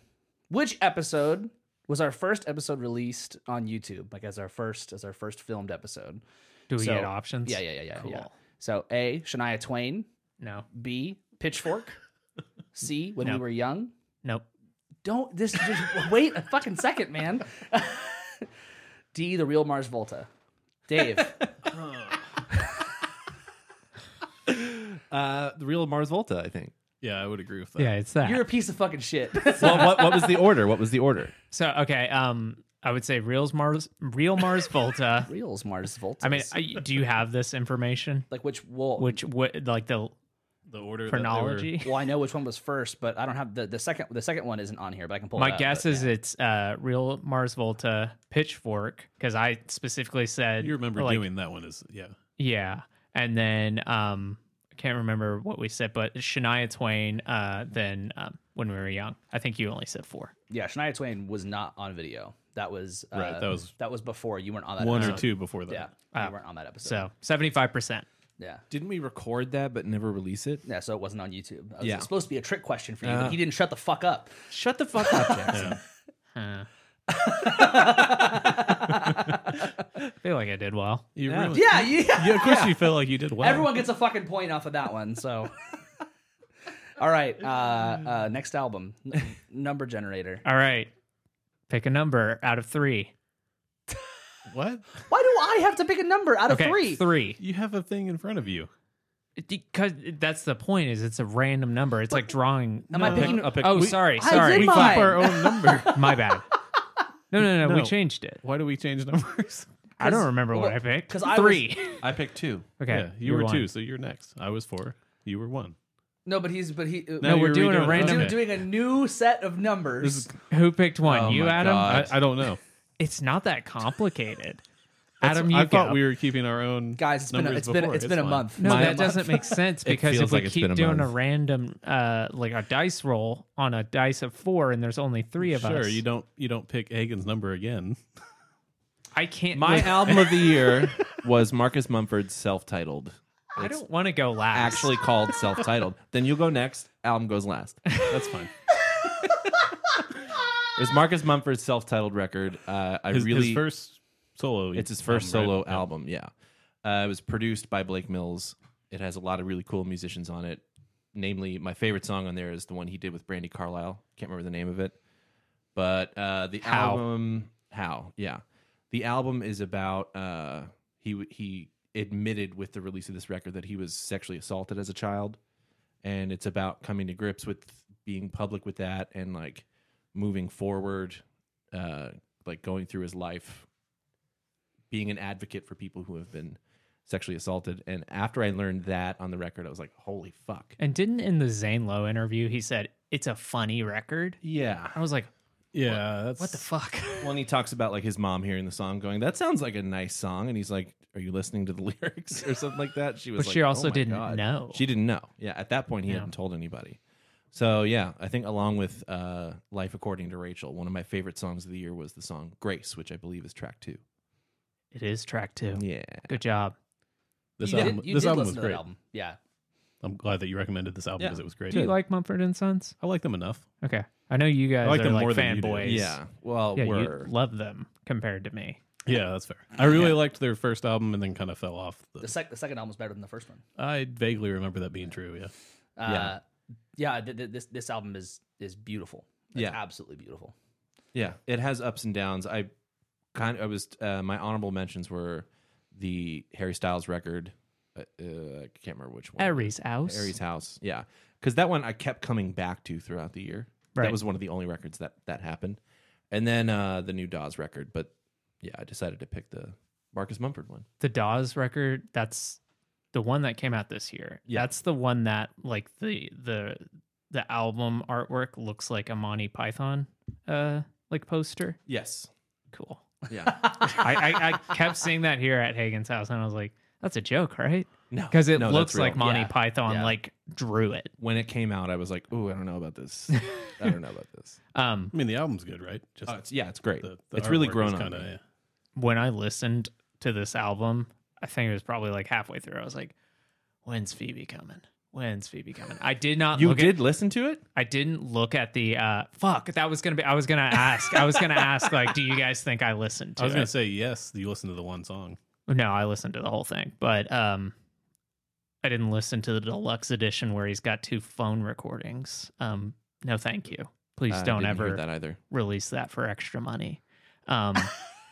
Which episode was our first episode released on YouTube? Like as our first as our first filmed episode.
Do we
So-
get options?
Yeah, yeah, yeah, yeah. yeah.
Cool.
So A, Shania Twain.
No.
B, Pitchfork. C, When We Were Young.
Nope.
Don't this just wait a fucking second, man. D, the real Mars Volta. Dave,
Uh, the real Mars Volta, I think.
Yeah, I would agree with that.
Yeah, it's that.
you're a piece of fucking shit.
well, what, what was the order? What was the order?
So okay, um, I would say Reels Mars, Real Mars Volta.
Reels Mars Volta.
I mean, I, do you have this information?
like which well,
Which what like the
The order that they were-
chronology?
well, I know which one was first, but I don't have the, the second. The second one isn't on here, but I can pull. it
My
up,
guess
but,
is
yeah.
it's uh, Real Mars Volta Pitchfork because I specifically said
you remember
like,
doing that one is yeah.
Yeah. And then um I can't remember what we said, but Shania Twain, uh then um, when we were young. I think you only said four.
yeah. Shania Twain was not on video. That was uh,
Right, that was-
that was before you weren't on that
One or
episode.
two before that.
Yeah,
Ah,
you weren't on that episode.
So seventy five percent.
yeah.
Didn't we record that but never release it?
Yeah, so it wasn't on YouTube. It was
Yeah.
supposed to be a trick question for you,
Uh-huh.
but he didn't shut the fuck up.
Shut the fuck up, Jackson.
I feel like I did well.
You yeah.
Yeah, yeah.
yeah, of course you feel like you did well.
Everyone gets a fucking point off of that one. So, all right. Uh, uh, next album, N- Number Generator.
All right. Pick a number out of three.
what?
Why do I have to pick a number out of
Okay.
three?
Three.
You have a thing in front of you.
Because that's the point, is it's a random number. It's like drawing
Am I
No.
picking?
I'll pick-
Oh,
we-
sorry,
I
sorry.
did
We-
We keep our
Fine.
own number.
My bad. No, no, no, We
No.
changed it.
Why do we change numbers?
I don't remember what
well,
I picked.
'cause I was-
three.
I picked two.
okay.
yeah, you were
one.
two, so you're next. I was four. You were one.
No, but he's but he.
No, we're
you're
doing a
redoing it.
random-
Okay.
doing a new set of numbers.
This is-
Who picked one?
Oh
you,
my
Adam? Uh,
God.
I, I don't know.
It's not that complicated.
That's-
Adam, you
I thought
go.
we were keeping our own
Guys, it's been a,
numbers
it's been a,
before.
it's been a
fine.
month.
No,
My
that
month.
doesn't make sense because
feels
if we
like it's
keep
been a
doing a
month.
random, uh, like a dice roll on a dice of four, and there's only three of
Sure,
us,
you don't you don't pick Hagen's number again.
I can't.
My
like,
album of the year was Marcus Mumford's self-titled.
I don't want to go last.
Actually called self-titled. Then you go next. Album goes last.
That's fine.
It's Marcus Mumford's self-titled record. Uh, I
His,
really
his first solo. e-
It's his first
album, right?
solo album. Yeah, uh, it was produced by Blake Mills. It has a lot of really cool musicians on it. Namely, my favorite song on there is the one he did with Brandy Carlisle. Can't remember the name of it, but uh, the
How.
album How. Yeah, the album is about uh, he w- he admitted with the release of this record that he was sexually assaulted as a child, and it's about coming to grips with being public with that and like moving forward, uh, like going through his life being an advocate for people who have been sexually assaulted. And after I learned that on the record, I was like, holy fuck.
and didn't in the Zane Lowe interview he said it's a funny record?
Yeah.
I was like,
Yeah, that's
what the fuck?
When he talks about like his mom hearing the song going, that sounds like a nice song. And he's like, are you listening to the lyrics or something like that? She was
But
like,
she also
"Oh my
didn't
God."
know.
She didn't know. Yeah. At that point, he
Yeah.
hadn't told anybody. So yeah, I think along with uh, Life According to Rachel, one of my favorite songs of the year was the song Grace, which I believe is track two.
it is track two.
Yeah.
Good job.
This
you
album.
did, you
this
did
album
listen
was
to that
great.
album. Yeah,
I'm glad that you recommended this album
Yeah.
because it was great.
Do you like Mumford and Sons?
I like them enough.
Okay, I know you guys
like
are
them
like
more than you do.
fanboys.
Yeah. Well,
yeah, you
we're
love them compared to me.
Yeah, that's fair. I really liked their first album and then kind of fell off.
the,
The,
sec- the second album was better than the first one.
I vaguely remember that being true. Yeah,
Uh, yeah, th- th- this this album is is beautiful. It's
Yeah.
absolutely beautiful.
Yeah, it has ups and downs. I kind I was uh, my honorable mentions were the Harry Styles record. Uh, uh, I can't remember which one.
Aries House.
Harry's House. Yeah, because that one I kept coming back to throughout the year.
Right.
That was one of the only records that that happened. And then uh, the new Dawes record, but yeah, I decided to pick the Marcus Mumford one.
the Dawes record, that's the one that came out this year.
Yeah.
That's the one that like the the the album artwork looks like a Monty Python uh like poster.
Yes.
Cool.
Yeah.
I, I, I kept seeing that here at Hagen's house and I was like, that's a joke, right?
no,
Because it
no, that's
looks
real.
like Monty
Yeah.
Python
Yeah.
like drew it.
when it came out, I was like, "Ooh, I don't know about this. I don't know about this."
Um
I mean the album's good, right? Just
Oh, it's, yeah, it's great.
the,
it's really
artwork is
grown on
kinda-
me.
yeah.
when I listened to this album, I think it was probably like halfway through. I was like, when's Phoebe coming? When's Phoebe coming? I did not
You
look at
did listen to it?
I didn't look at the uh fuck that was gonna be I was gonna ask I was gonna ask like do you guys think I listened to
I was
it?
gonna say yes. You listen to the one song.
no I listened to the whole thing but um I didn't listen to the deluxe edition where he's got two phone recordings um no thank you please
Uh, I
don't
didn't hear
ever
that either.
release that for extra money um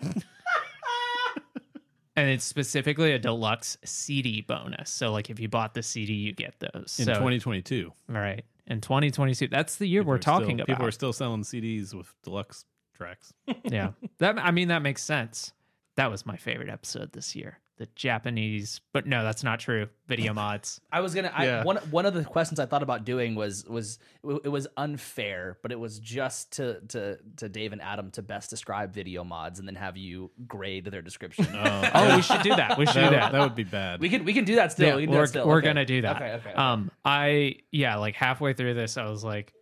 and it's specifically a deluxe CD bonus so like if you bought the CD you get those
in
so,
2022.
all right in 2022 that's the year
people
we're
are still-
talking about
People are still selling CDs with deluxe tracks.
yeah that i mean that makes sense that was my favorite episode this year the japanese but no that's not true video mods
I was gonna. I,
Yeah.
one one of the questions I thought about doing was was it was unfair, but it was just to to to Dave and Adam to best describe video mods and then have you grade their description.
oh we should do that we should do
Um,
that
that, would- that would be bad.
we can we can do that still.
Yeah,
we can do
we're,
that still.
we're
Okay.
gonna do that.
Okay, okay.
Um, I yeah, like halfway through this, I was like,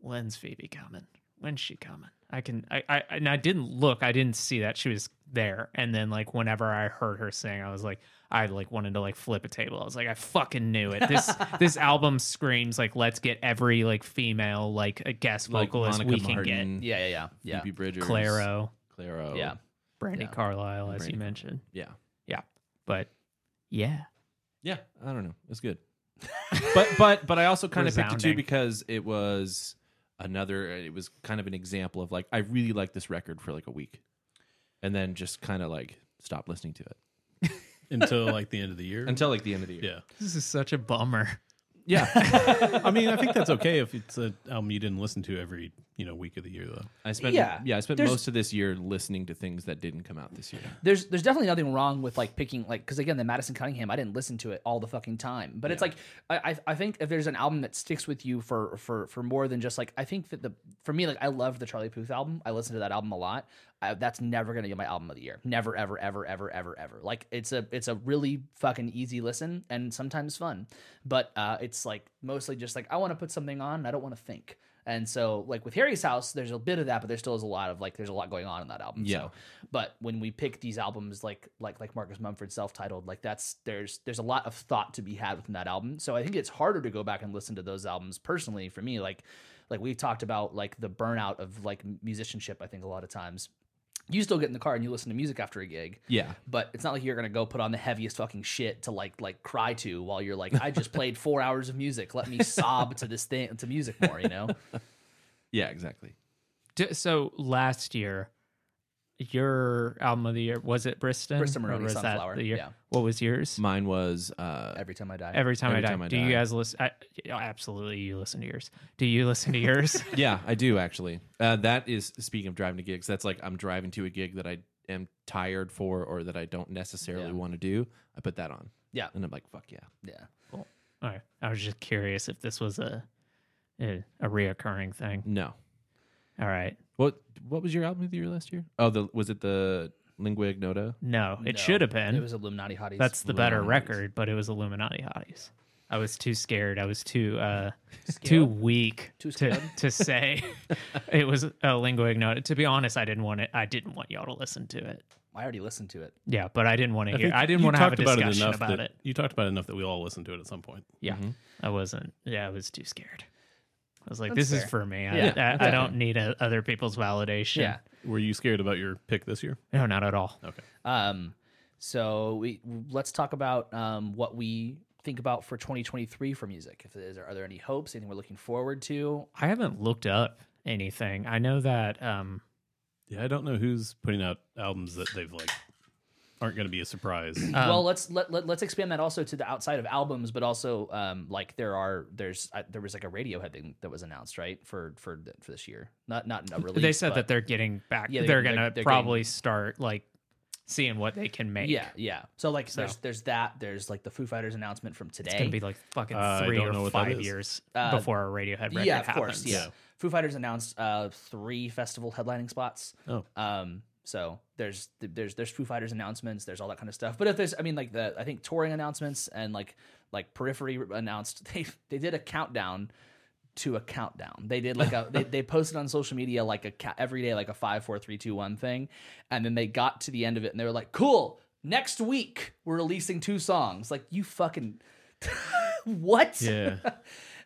"When's Phoebe coming? When's she coming?" I can I, I and I didn't look. I didn't see that she was there. And then like whenever I heard her sing, I was like, I like wanted to like flip a table. I was like, I fucking knew it. This this album screams like, let's get every like female like a guest
Like
vocalist
Monica
we can
Martin,
yeah, yeah, yeah,
Phoebe Bridgers,
get. Claro,
Claro.
yeah, yeah.
Brandy
Yeah.
Carlisle, as
Brandy
you
Carlile.
mentioned.
yeah,
But yeah,
yeah. I don't know. It's good, but but but I also kind of picked it too
Resounding.
because it was another. It was kind of an example of like I really like this record for like a week, and then just kind of like stopped listening to it
until like the end of the year.
until like the end of the year.
yeah.
this is such a bummer.
Yeah,
I mean, I think that's okay if it's an album you didn't listen to every you know week of the year though.
I spent yeah,
Yeah.
I spent
There's-
most of this year listening to things that didn't come out this year.
There's there's definitely nothing wrong with like picking like because again the Madison Cunningham I didn't listen to it all the fucking time but it's like I I- I think if there's an album that sticks with you for for for more than just like I think that the for me like I love the Charlie Puth album I listened to that album a lot I, that's never gonna be my album of the year never ever ever ever ever ever like it's a it's a really fucking easy listen and sometimes fun but uh it's like mostly just like I want to put something on and I don't want to think. And so, like with Harry's house, there's a bit of that, but there still is a lot of like, there's a lot going on in that album.
Yeah.
So, but when we pick these albums, like like like Marcus Mumford self-titled, like that's there's there's a lot of thought to be had within that album. So I think it's harder to go back and listen to those albums personally. For me, like like we talked about like the burnout of like musicianship. I think a lot of times, you still get in the car and you listen to music after a gig
Yeah,
but it's not like you're gonna go put on the heaviest fucking shit to like like cry to while you're like I just played four hours of music. Let me sob to this thing to music more, you know.
yeah, exactly.
D- so last year, your album of the year was it Briston?
Bristol
Or
Maroney
was that
Sunflower,
the year?
yeah.
What was yours?
Mine was uh,
Every time I die,
Every time
Every
I die.
Time I
Do
Die.
you guys listen? I, yeah, absolutely, you listen to yours. Do you listen to yours?
yeah, I do actually. Uh, that is speaking of driving to gigs. That's like I'm driving to a gig that I am tired for or that I don't necessarily
Yeah.
want to do. I put that on.
Yeah.
and I'm like, fuck yeah.
yeah.
All right. I was just curious if this was a a, a reoccurring thing.
No.
All right.
What What was your album of the year last year? Oh, the was it the Lingua Ignota?
No, it
No,
should have been.
It was Illuminati hotties.
That's the better
Illuminati.
record, but it was Illuminati Hotties. I was too scared. I was too uh, too weak
Too
to,
scared?
to say it was a lingua ignota. To be honest, I didn't want it. I didn't want y'all to listen to it.
I already listened to it.
Yeah, but I didn't want to hear.
think
I didn't
you
want to have a
talked about it
discussion about
enough
it.
that- You talked about it enough that we all listened to it at some point.
Yeah, I wasn't. Yeah, I was too scared. I was like,
That's
this is
fair.
for me. I,
Yeah,
I, I don't need uh other people's validation.
Yeah.
Were you scared about your pick this year?
No, not at all.
Okay.
Um, so we let's talk about um, what we think about for 2023 for music. If is there are there any hopes, anything we're looking forward to?
I haven't looked up anything. I know that um,
Yeah, I don't know who's putting out albums that they've like aren't going to be a surprise.
Um,
well, let's let, let let's expand that also to the outside of albums, but also um like there are there's uh, there was like a Radiohead thing that was announced right for for th- for this year. Not not a release.
they said
but-
that they're getting back.
Yeah,
they're,
they're getting-
gonna
they're- they're
probably start like seeing what they can make.
yeah yeah. So like
So.
there's there's that there's like the Foo Fighters announcement from today.
it's gonna be like fucking
I
three
don't know
or
what that
five
is.
years
Eh? Uh,
before a Radiohead record
yeah, of
happens.
course. Yeah.
Yeah.
Foo Fighters announced uh three festival headlining spots.
Oh.
Um, so there's there's there's Foo Fighters announcements, there's all that kind of stuff. But if there's, I mean, like the I think touring announcements and like like Periphery announced they they did a countdown to a countdown. They did like a they, they posted on social media like a ca- every day like a five four three two one thing, and then they got to the end of it and they were like, cool. Next week we're releasing two songs. Like you fucking what?
yeah.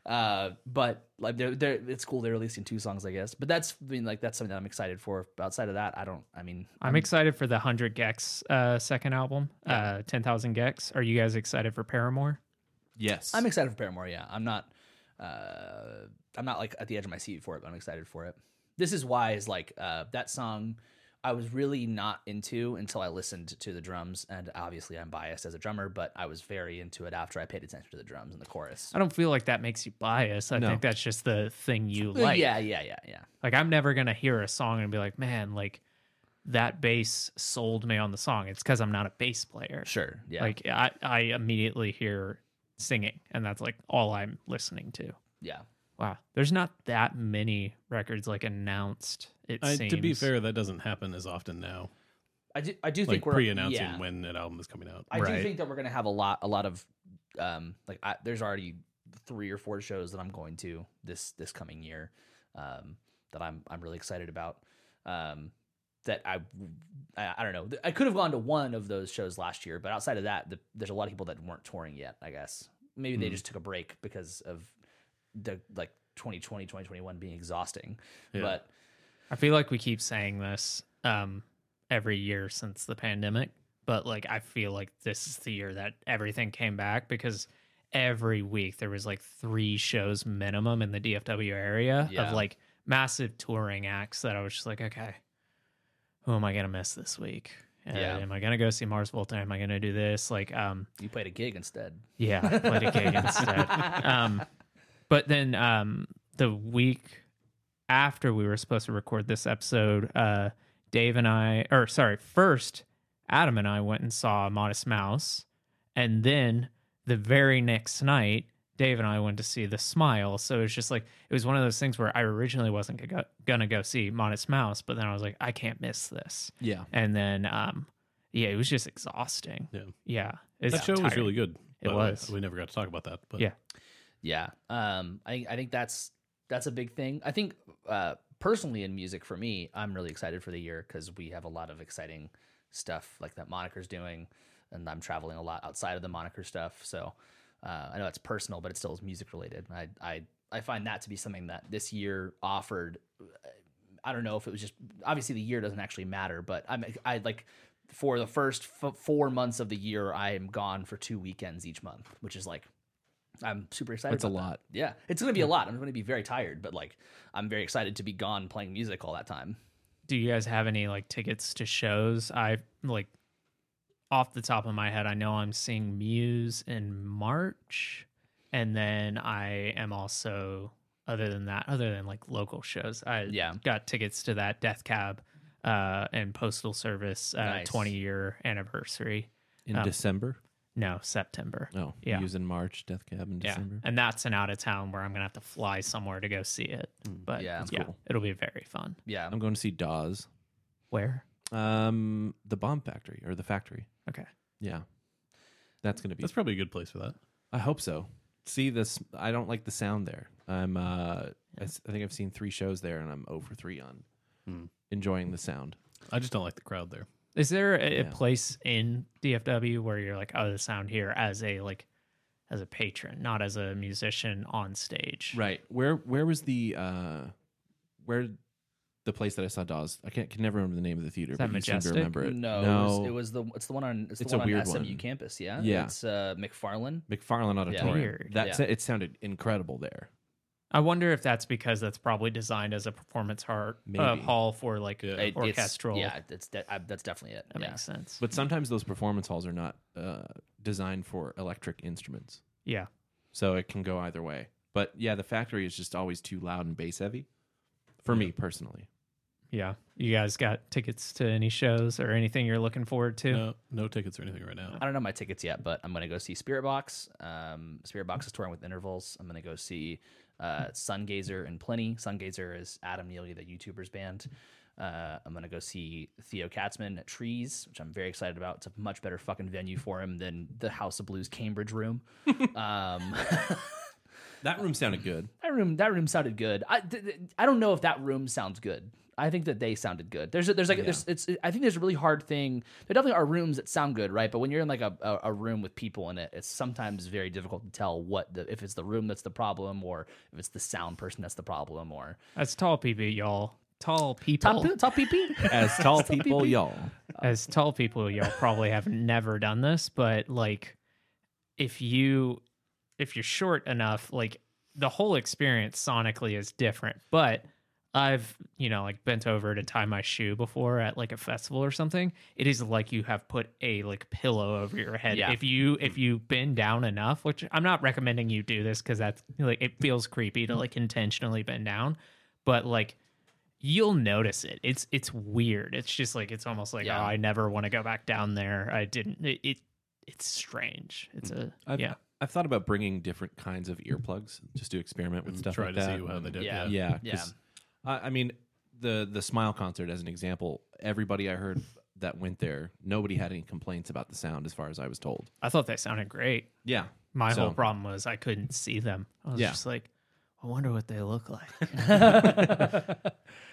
Uh, but like they're, they're it's cool they're releasing two songs, I guess. But that's I mean like that's something that I'm excited for. Outside of that, I don't. I mean,
I'm excited for the hundred Gex uh, second album, uh, ten thousand Gex. Are you guys excited for Paramore?
Yes.
I'm excited for Paramore. Yeah, I'm not. Uh, I'm not like at the edge of my seat for it, but I'm excited for it. This is why is like uh, that song. I was really not into until I listened to the drums, and obviously I'm biased as a drummer, but I was very into it after I paid attention to the drums and the chorus.
I don't feel like that makes you biased. I
No.
think that's just the thing you like.
Yeah, yeah, yeah, yeah.
Like I'm never gonna hear a song and be like, man, like that bass sold me on the song. It's because I'm not a bass player.
Sure. Yeah.
Like I, I immediately hear singing, and that's like all I'm listening to.
yeah.
Wow, there's not that many records like announced. It
I,
seems
to be fair, that doesn't happen as often now.
I do. I do
Like
think we're
pre-announcing
yeah.
when an album is coming out.
I
Right.
do think that we're gonna have a lot, a lot of, um, like I, there's already three or four shows that I'm going to this this coming year, um, that I'm I'm really excited about, um, that I, I I don't know I could have gone to one of those shows last year, but outside of that, the, there's a lot of people that weren't touring yet. I guess maybe they just took a break because of the like 2020 2021 being exhausting,
Yeah.
but
I feel like we keep saying this um, every year since the pandemic, but like I feel like this is the year that everything came back because every week there was like three shows minimum in the DFW area
Yeah.
of like massive touring acts that I was just like, okay, who am I gonna miss this week? Uh,
Yeah.
Am I gonna go see Mars Volta? Am I gonna do this? Like, um,
you played a gig instead.
yeah, I played a gig instead. Um, but then um, the week after we were supposed to record this episode, uh, Dave and I, or sorry, first Adam and I went and saw Modest Mouse, and then the very next night, Dave and I went to see The Smile. So it's just like it was one of those things where I originally wasn't go- gonna go see Modest Mouse, but then I was like, I can't miss this.
Yeah.
And then, um, yeah, it was just exhausting.
Yeah.
yeah, it's
that show was
tiring.
really good.
It
by the way.
was.
We never got to talk about that, but
Yeah.
Yeah. Um I I think that's that's a big thing. I think uh personally in music for me, I'm really excited for the year cuz we have a lot of exciting stuff like that Moniker's doing and I'm traveling a lot outside of the Moniker stuff. So uh, I know it's personal, but it still is music related. I I I find that to be something that this year offered uh, I don't know if it was just obviously the year doesn't actually matter, but I'm I like for the first f- four months of the year, I am gone for two weekends each month, which is like I'm super excited.
That's a
about that.
lot.
Yeah, it's gonna be a lot. I'm gonna be very tired, but like I'm very excited to be gone playing music all that time.
do you guys have any like tickets to shows? I like off the top of my head, I know I'm seeing Muse in March, and then I am also other than that, other than like local shows, I
Yeah.
got tickets to that Death Cab uh, and Postal Service uh,
Nice.
20 year anniversary.
In December.
No, September.
No.
yeah.
Use in March. Death Cab in
Yeah,
December.
and that's an out of town where I'm gonna have to fly somewhere to go see it, but
Yeah.
yeah,
That's
cool.
it'll be very fun.
Yeah,
I'm going to see Dawes.
Where?
Um, the Bomb Factory or the Factory.
Okay,
Yeah. That's gonna be.
that's probably a good place for that.
I hope so. See this. I don't like the sound there. I'm. Uh, I s- I think I've seen three shows there, and I'm 0 for three on
Hmm.
enjoying the sound.
I just don't like the crowd there.
Is there a, a
Yeah.
place in DFW where you're like, oh, the sound here as a like as a patron, not as a musician on stage?
Right. Where Where was the uh, where the place that I saw Dawes? I can't can never remember the name of the theater.
that
but you seem to
Majestic?
remember it.
no, It, was, it was the it's the one on it's,
It's
the
a
one on
weird
SMU
one.
campus. Yeah,
Yeah.
it's uh, McFarlane.
McFarland Auditorium.
Weird.
That
Yeah.
sa- it sounded incredible there.
I wonder if that's because that's probably designed as a performance har- uh,
Maybe.
hall for like
Yeah.
It- it's-
orchestral.
yeah, that's de- I, that's definitely it.
that
yeah.
makes sense.
But sometimes those performance halls are not uh, designed for electric instruments,
yeah,
so it can go either way. But yeah, the factory is just always too loud and bass heavy, for me personally.
yeah. You guys got tickets to any shows or anything you're looking forward to?
No, no tickets or anything right now.
I don't know my tickets yet, but I'm gonna go see Spirit Box. Um, Spirit Box is touring with Intervals. I'm gonna go see uh, Sungazer and Plenty. Sungazer is Adam Neely, the YouTuber's band. Uh, I'm gonna go see Theo Katzman at Trees, which I'm very excited about. It's a much better fucking venue for him than the House of Blues Cambridge room. um,
That room sounded good.
that room that room sounded good. I th- th- I don't know if that room sounds good. I think that they sounded good. There's a, there's like there's, it's I think there's a really hard thing. There definitely are rooms that sound good, right? But when you're in like a, a, a room with people in it, it's sometimes very difficult to tell what the if it's the room that's the problem or if it's the sound person that's the problem or
That's tall people, y'all. Tall people.
top top PP.
As tall people, y'all.
as tall people y'all probably have never done this but like if you if you're short enough like the whole experience sonically is different but I've, you know, like bent over to tie my shoe before at like a festival or something. It is like you have put a like pillow over your head.
Yeah.
If you if you bend down enough, which I'm not recommending you do this cuz that's like it feels creepy to like intentionally bend down, but like you'll notice it. It's it's weird. It's just like it's almost like
Yeah.
oh, I never want to go back down there. I didn't it, it it's strange. It's a
I've,
yeah.
I've thought about bringing different kinds of earplugs just to experiment with stuff
Mm, Try
like
to
that.
see how they did.
Yeah.
Yeah.
Yeah,
Yeah.
'cause, I, I mean, the the Smile concert as an example. Everybody I heard that went there, nobody had any complaints about the sound, as far as I was told.
I thought they sounded great.
Yeah,
My
So-
whole problem was I couldn't see them. I was
Yeah.
just like, I wonder what they look like.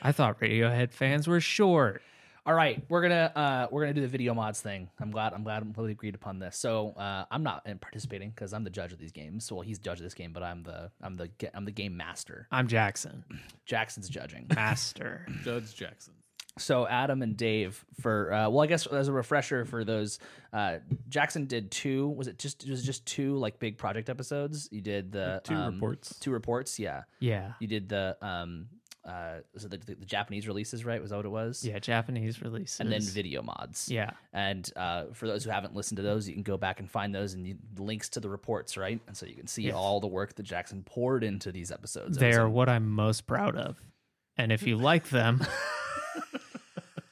I thought Radiohead fans were short.
All right, we're gonna uh, we're gonna do the video mods thing. I'm glad I'm glad I'm really agreed upon this. So uh, I'm not in participating because I'm the judge of these games. So well, he's judge of this game, but I'm the I'm the ga- I'm the game master.
I'm Jackson,
Jackson's judging.
master.
Judge Jackson.
So Adam and Dave for uh, well, I guess as a refresher for those, uh, Jackson did two. Was it just was it just two like big project episodes? You did the
Two
um,
reports.
Two reports, yeah.
yeah.
You did the um, uh, was it the, the, the Japanese releases, right? Was that what it was?
Yeah, Japanese releases.
And then video mods.
Yeah.
And uh, for those who haven't listened to those, you can go back and find those and you, links to the reports, right? And so you can see all the work that Jackson poured into these episodes. It
They
was
are what I'm most proud of. And if you like them,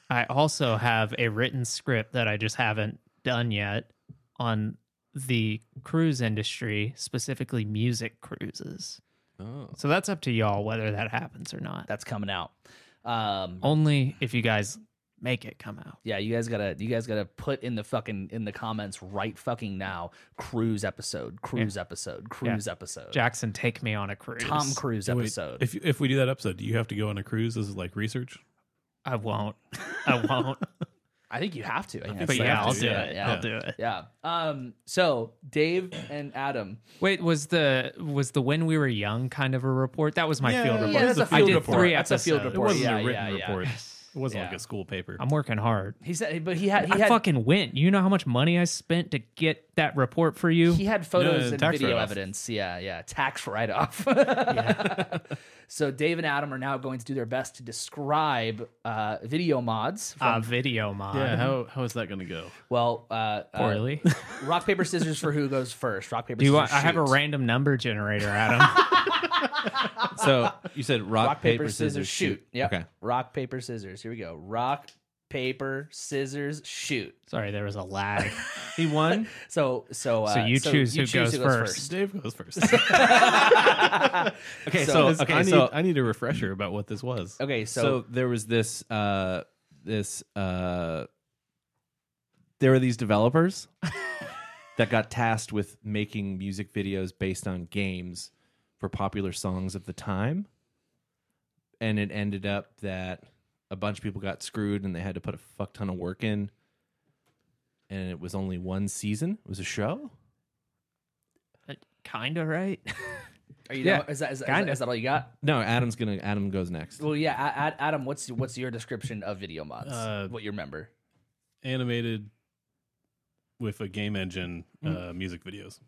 I also have a written script that I just haven't done yet on the cruise industry, specifically music cruises.
Oh.
So that's up to y'all whether that happens or not.
that's coming out. Um,
Only if you guys make it come out.
Yeah, you guys gotta you guys gotta put in the fucking in the comments right fucking now. Cruise episode, cruise episode, cruise episode.
Jackson, take me on a cruise.
Tom Cruise
Wait,
episode.
if if we do that episode, do you have to go on a cruise as like research?
I won't. I won't.
I think you have to. I think
but
it's like-
yeah, I'll
to,
do
yeah,
it.
yeah.
I'll do it.
yeah. Um. So Dave and Adam.
Wait, was the was the when we were young kind of a report? That was my
Yeah,
field
yeah,
report.
yeah, that's a
I
field
did
report.
three
That's a
episodes.
field
It
report.
wasn't
Yeah,
a written
yeah, yeah.
report. It wasn't like
Yeah.
a school paper.
I'm working hard.
He said, but he had he
I
had
fucking went. You know how much money I spent to get that report for you?
he had photos
No,
and
tax
video
write-off.
evidence. Yeah, yeah, tax write off. So Dave and Adam are now going to do their best to describe uh, video mods. From,
Ah.
A video mod.
yeah, how how is that going to go?
well, uh, uh,
Poorly.
rock paper scissors for who goes first. Rock paper.
Do you want,
scissors,
I have a
shoot.
random number generator, Adam.
So you said rock,
rock paper, scissors, shoot. Yeah.
Okay.
Rock paper scissors. Here we go. Rock paper scissors shoot.
Sorry, there was a lag.
He won.
So so uh,
So you choose who goes first.
Dave goes first.
Okay,
So-
so,
I
okay,
need
so
I need a refresher about what this was.
Okay,
so,
so,
there was this uh this uh there were these developers that got tasked with making music videos based on games for popular songs of the time and it ended up that a bunch of people got screwed and they had to put a fuck ton of work in and it was only one season it was a show
kind of Uh, right.
are you
yeah,
done? Is that, is, that- is
kinda.
that- is that all you got?
no adam's gonna adam goes next
Well, yeah, A- A- Adam. What's what's your description of video mods?
Uh,
what you remember?
Animated with a game engine
Mm.
uh, music videos,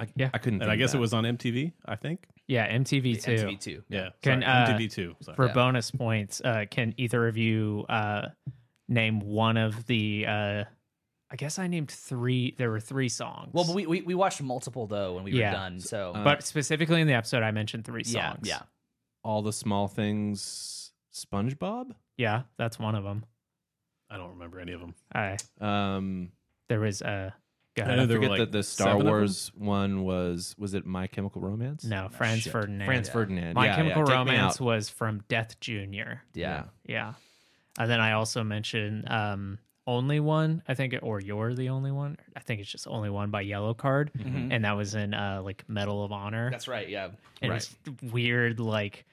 I,
yeah.
i couldn't
and I
think of
guess it
that.
was on MTV. I think.
Yeah, MTV too.
MTV Two.
Yeah.
Can,
sorry,
uh,
MTV two? Sorry.
For
Yeah.
bonus points, uh, can either of you uh, name one of the? Uh, I guess I named three. There were three songs.
Well, but we, we we watched multiple though when we
Yeah.
were done. So
but specifically in the episode, I mentioned three
yeah,
songs.
yeah.
all the small things spongebob
yeah. That's one of them.
I don't remember any of them.
I
Um,
there was uh, go
I know
I
ahead.
there were
forget
like
that the Star
seven of them?
Wars one was was it My Chemical Romance?
no Franz
shit.
Ferdinand.
Franz Ferdinand.
My
Yeah,
Chemical
yeah. Take me
Romance
out.
was from Death Junior.
yeah,
Yeah, and then I also mentioned um, only one. I think, or you're the only one. I think it's just only one by Yellow Card,
Mm-hmm.
and that was in uh, like Medal of Honor.
Mm-hmm. That's right. Yeah,
and it's weird like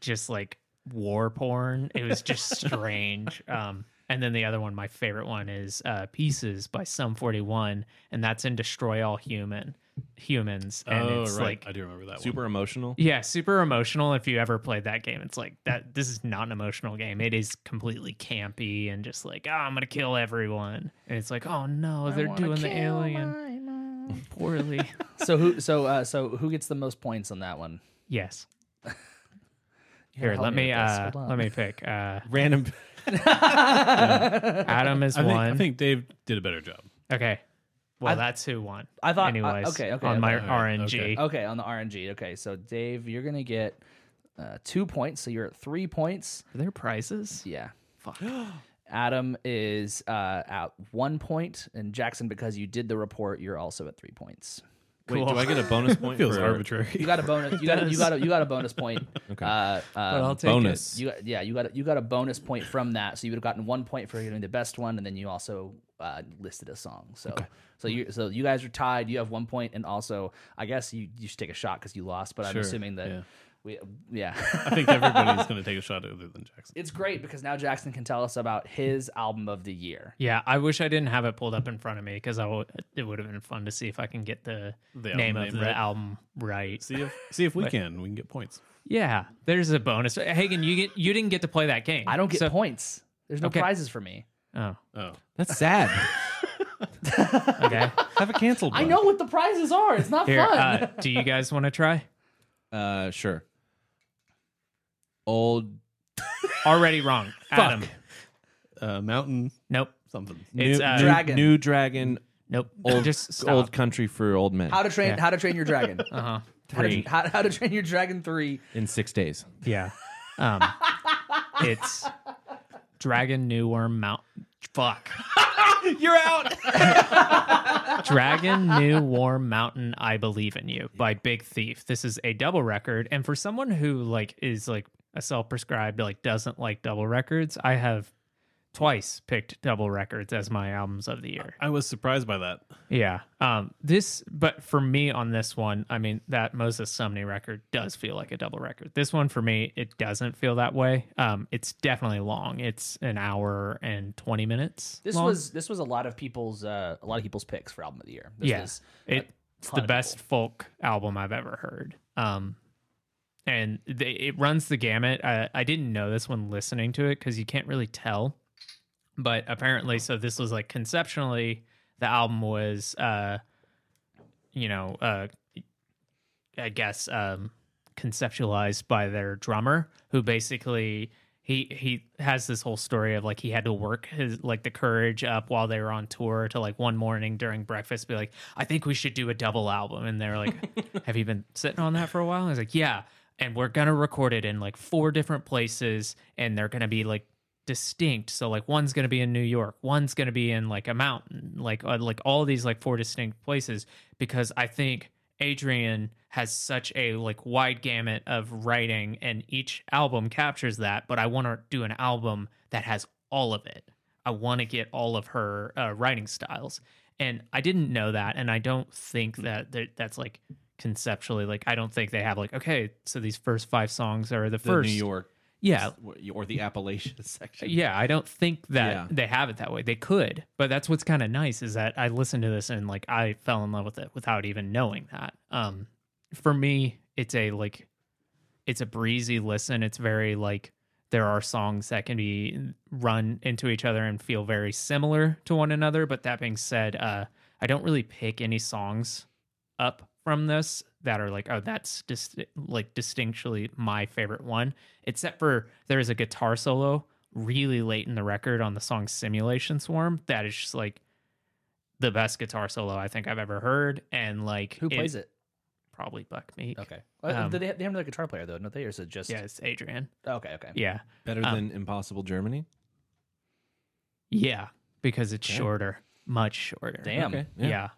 just like war porn it was just strange um and then the other one my favorite one is uh pieces by sum 41 and that's in destroy all human humans and
oh
it's
right,
like
I do remember that
Super emotional.
yeah super emotional if you ever played that game it's like that this is not an emotional game it is completely campy and just like oh i'm gonna kill everyone and it's like oh no they're doing the alien poorly
So who so uh, so who gets the most points on that one?
yes Here,
help
let
me
me
with this.
uh,
Hold on.
let me pick. Uh,
Random.
Adam is
I think,
one.
I think Dave did a better job.
okay. Well,
I-
that's who won.
I thought- I-
Anyways,
okay, okay,
on my
uh, okay, okay.
RNG.
Okay, on the RNG. Okay, so Dave, you're gonna get uh, two points, so you're at three points.
Are there prizes?
Yeah. Fuck. Adam is uh, at one point, and Jackson, because you did the report, you're also at three points.
Wait,
Cool.
do I get a bonus point?
Feels
for,
You
arbitrary.
got a bonus. You got a, you got a, you got a bonus point.
Okay.
Uh,
But I'll
um,
take it.
bonus.
you got, yeah, you got a, you got a bonus point from that, so you would have gotten one point for getting the best one, and then you also uh, listed a song. So so you so you guys are tied. You have one point, and also I guess you, you should take a shot because you lost. But I'm
Sure,
assuming that
yeah.
we yeah.
I think everybody's going to take a shot other than Jackson.
It's great because now Jackson can tell us about his album of the year.
Yeah, I wish I didn't have it pulled up in front of me because I w- it would have been fun to see if I can get the,
The
name
album
of
name
the
right.
album right.
See if see if we can. We can get points.
Yeah, there's a bonus. Hagen, you get you didn't get to play that game.
I don't get
So-
points. There's no
Okay.
prizes for me.
Oh,
Oh,
That's sad.
okay.
Have a canceled.
I
one.
know what the prizes are. It's not
Here,
fun.
uh, do you guys want to try?
Uh, sure. Old
Already wrong. Adam.
uh, mountain
Nope.
something.
It's
new,
uh,
new-
Dragon.
new dragon.
nope.
Old
Just stop.
old country for old men
how to train?
yeah.
How to train your dragon?
Uh-huh.
how, to,
Three.
how, how to train your dragon three?
in six days.
Yeah. Um, it's Dragon New Worm Mount. Fuck.
You're out.
Dragon New Warm Mountain I Believe in You by Big Thief. This is a double record and for someone who like is like a self-prescribed like doesn't like double records, I have twice picked double records as my albums of the year.
I was surprised by that.
Yeah. Um this but for me on this one, I mean that Moses Sumney record does feel like a double record. This one for me, it doesn't feel that way. Um it's definitely long. It's an hour and 20 minutes.
This
long.
was this was a lot of people's uh, a lot of people's picks for album of the year. This
Yeah.
was a
It- it's
ton
the
of
best
people.
folk album I've ever heard. Um, and they, it runs the gamut. I, I didn't know this when listening to it because you can't really tell. But apparently, so this was like conceptually, the album was, uh, you know, uh, I guess um, conceptualized by their drummer, who basically he he has this whole story of like he had to work his like the courage up while they were on tour to like one morning during breakfast be like, I think we should do a double album, and they're like, Have you been sitting on that for a while? And he's like, Yeah, and we're gonna record it in like four different places, and they're gonna be like distinct so like one's going to be in new york one's going to be in like a mountain like uh, like all these like four distinct places because i think adrian has such a like wide gamut of writing and each album captures that but i want to do an album that has all of it i want to get all of her uh, writing styles and i didn't know that and i don't think that that that's like conceptually like i don't think they have like okay so these first five songs are the
The
first
New York.
yeah
Or the Appalachia section.
yeah, I don't think that
Yeah.
they have it that way. They could, but that's what's kind of nice is that I listened to this and like I fell in love with it without even knowing that. Um, for me, it's a like, it's a breezy listen. It's very like there are songs that can be run into each other and feel very similar to one another. But that being said, uh, I don't really pick any songs up from this that are like oh that's just like distinctly my favorite one except for there is a guitar solo really late in the record on the song simulation swarm that is just like the best guitar solo i think i've ever heard and like
Who plays it?
probably buck meek
Okay. Uh,
Um,
do they, have, they have another guitar player though, don't they? Or is it just
yeah it's adrian
Okay, okay.
yeah
Better
Um,
than Impossible Germany.
yeah because it's
Okay.
shorter much shorter
Damn.
Okay.
yeah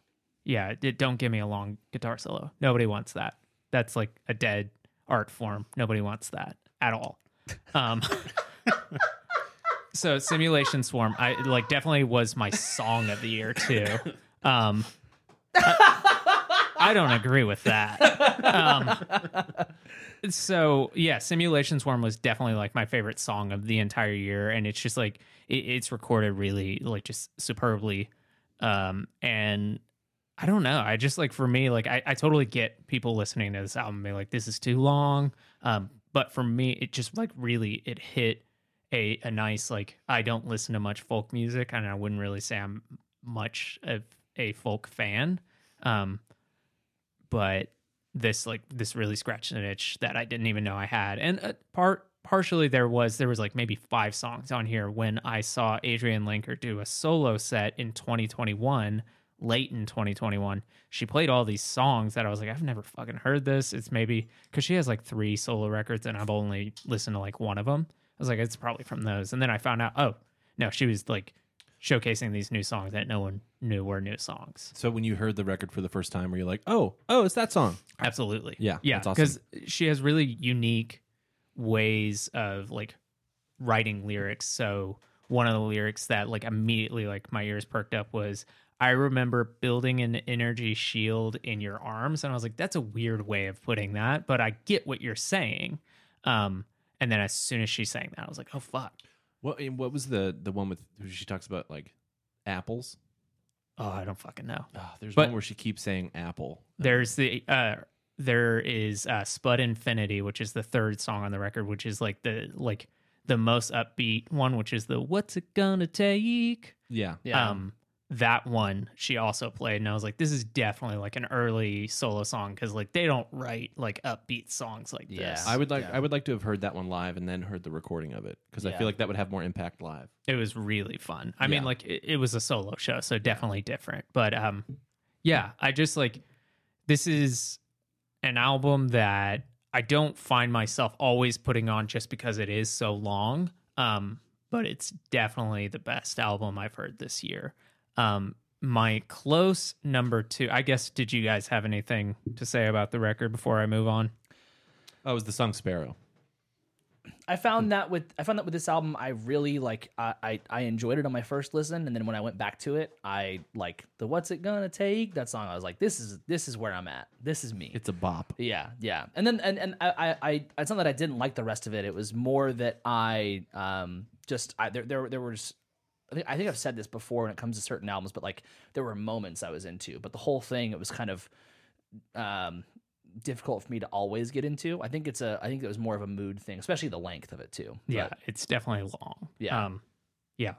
yeah, it, don't give me a long guitar solo nobody wants that that's like a dead art form nobody wants that at all um so simulation swarm i like definitely was my song of the year too um I, I don't agree with that um so yeah simulation swarm was definitely like my favorite song of the entire year and it's just like it, it's recorded really like just superbly um and i don't know i just like for me like I, I totally get people listening to this album and being like this is too long um but for me it just like really it hit a a nice like i don't listen to much folk music and i wouldn't really say i'm much of a folk fan um but this like this really scratched an itch that I didn't even know I had. And uh, part partially there was there was like maybe five songs on here when I saw Adrian Linker do a solo set in 2021, late in 2021. She played all these songs that I was like I've never fucking heard this. It's maybe cuz she has like 3 solo records and I've only listened to like one of them. I was like it's probably from those. And then I found out oh, no, she was like showcasing these new songs that no one knew were new songs.
So when you heard the record for the first time, were you like, oh, oh, it's that song?
Absolutely.
Yeah,
Yeah.
that's
Because she has really unique ways of like writing lyrics. So one of the lyrics that like immediately like my ears perked up was I remember building an energy shield in your arms. And I was like, that's a weird way of putting that, but I get what you're saying. Um, and then as soon as she sang that, I was like, oh fuck.
What and what was the the one with who she talks about like apples?
Oh, I don't fucking know.
Ah, there's
But-
one where she keeps saying apple.
There's the uh there is uh Spud Infinity, which is the third song on the record, which is like the like the most upbeat one, which is the what's it gonna take?
Yeah.
Yeah.
Um that one she also played and I was like, this is definitely like an early solo song because like they don't write like upbeat songs like
Yeah.
this.
I would like
Yeah.
I would like to have heard that one live and then heard the recording of it because I
Yeah.
feel like that would have more impact live.
it was really fun. I mean,
Yeah.
like it, it was a solo show, so definitely different. But um, yeah, I just like this is an album that I don't find myself always putting on just because it is so long. Um, but it's definitely the best album I've heard this year. Um, my close number two, I guess. Did you guys have anything to say about the record before I move on?
Oh, it was the song Sparrow.
I
hmm.
found that with I found that with this album, I really like I, I I enjoyed it on my first listen, and then when I went back to it, I like the "What's It Gonna Take" that song. I was like, this is this is where I'm at. This is me.
It's a bop.
yeah, yeah. And then and and I I, I it's not that I didn't like the rest of it. It was more that I um just I there there there was. I think, I think I've said this before when it comes to certain albums, but like there were moments I was into, but the whole thing it was kind of um, difficult for me to always get into. I think it's a I think it was more of a mood thing, especially the length of it too.
Yeah,
But-
it's definitely long.
Yeah.
Um yeah.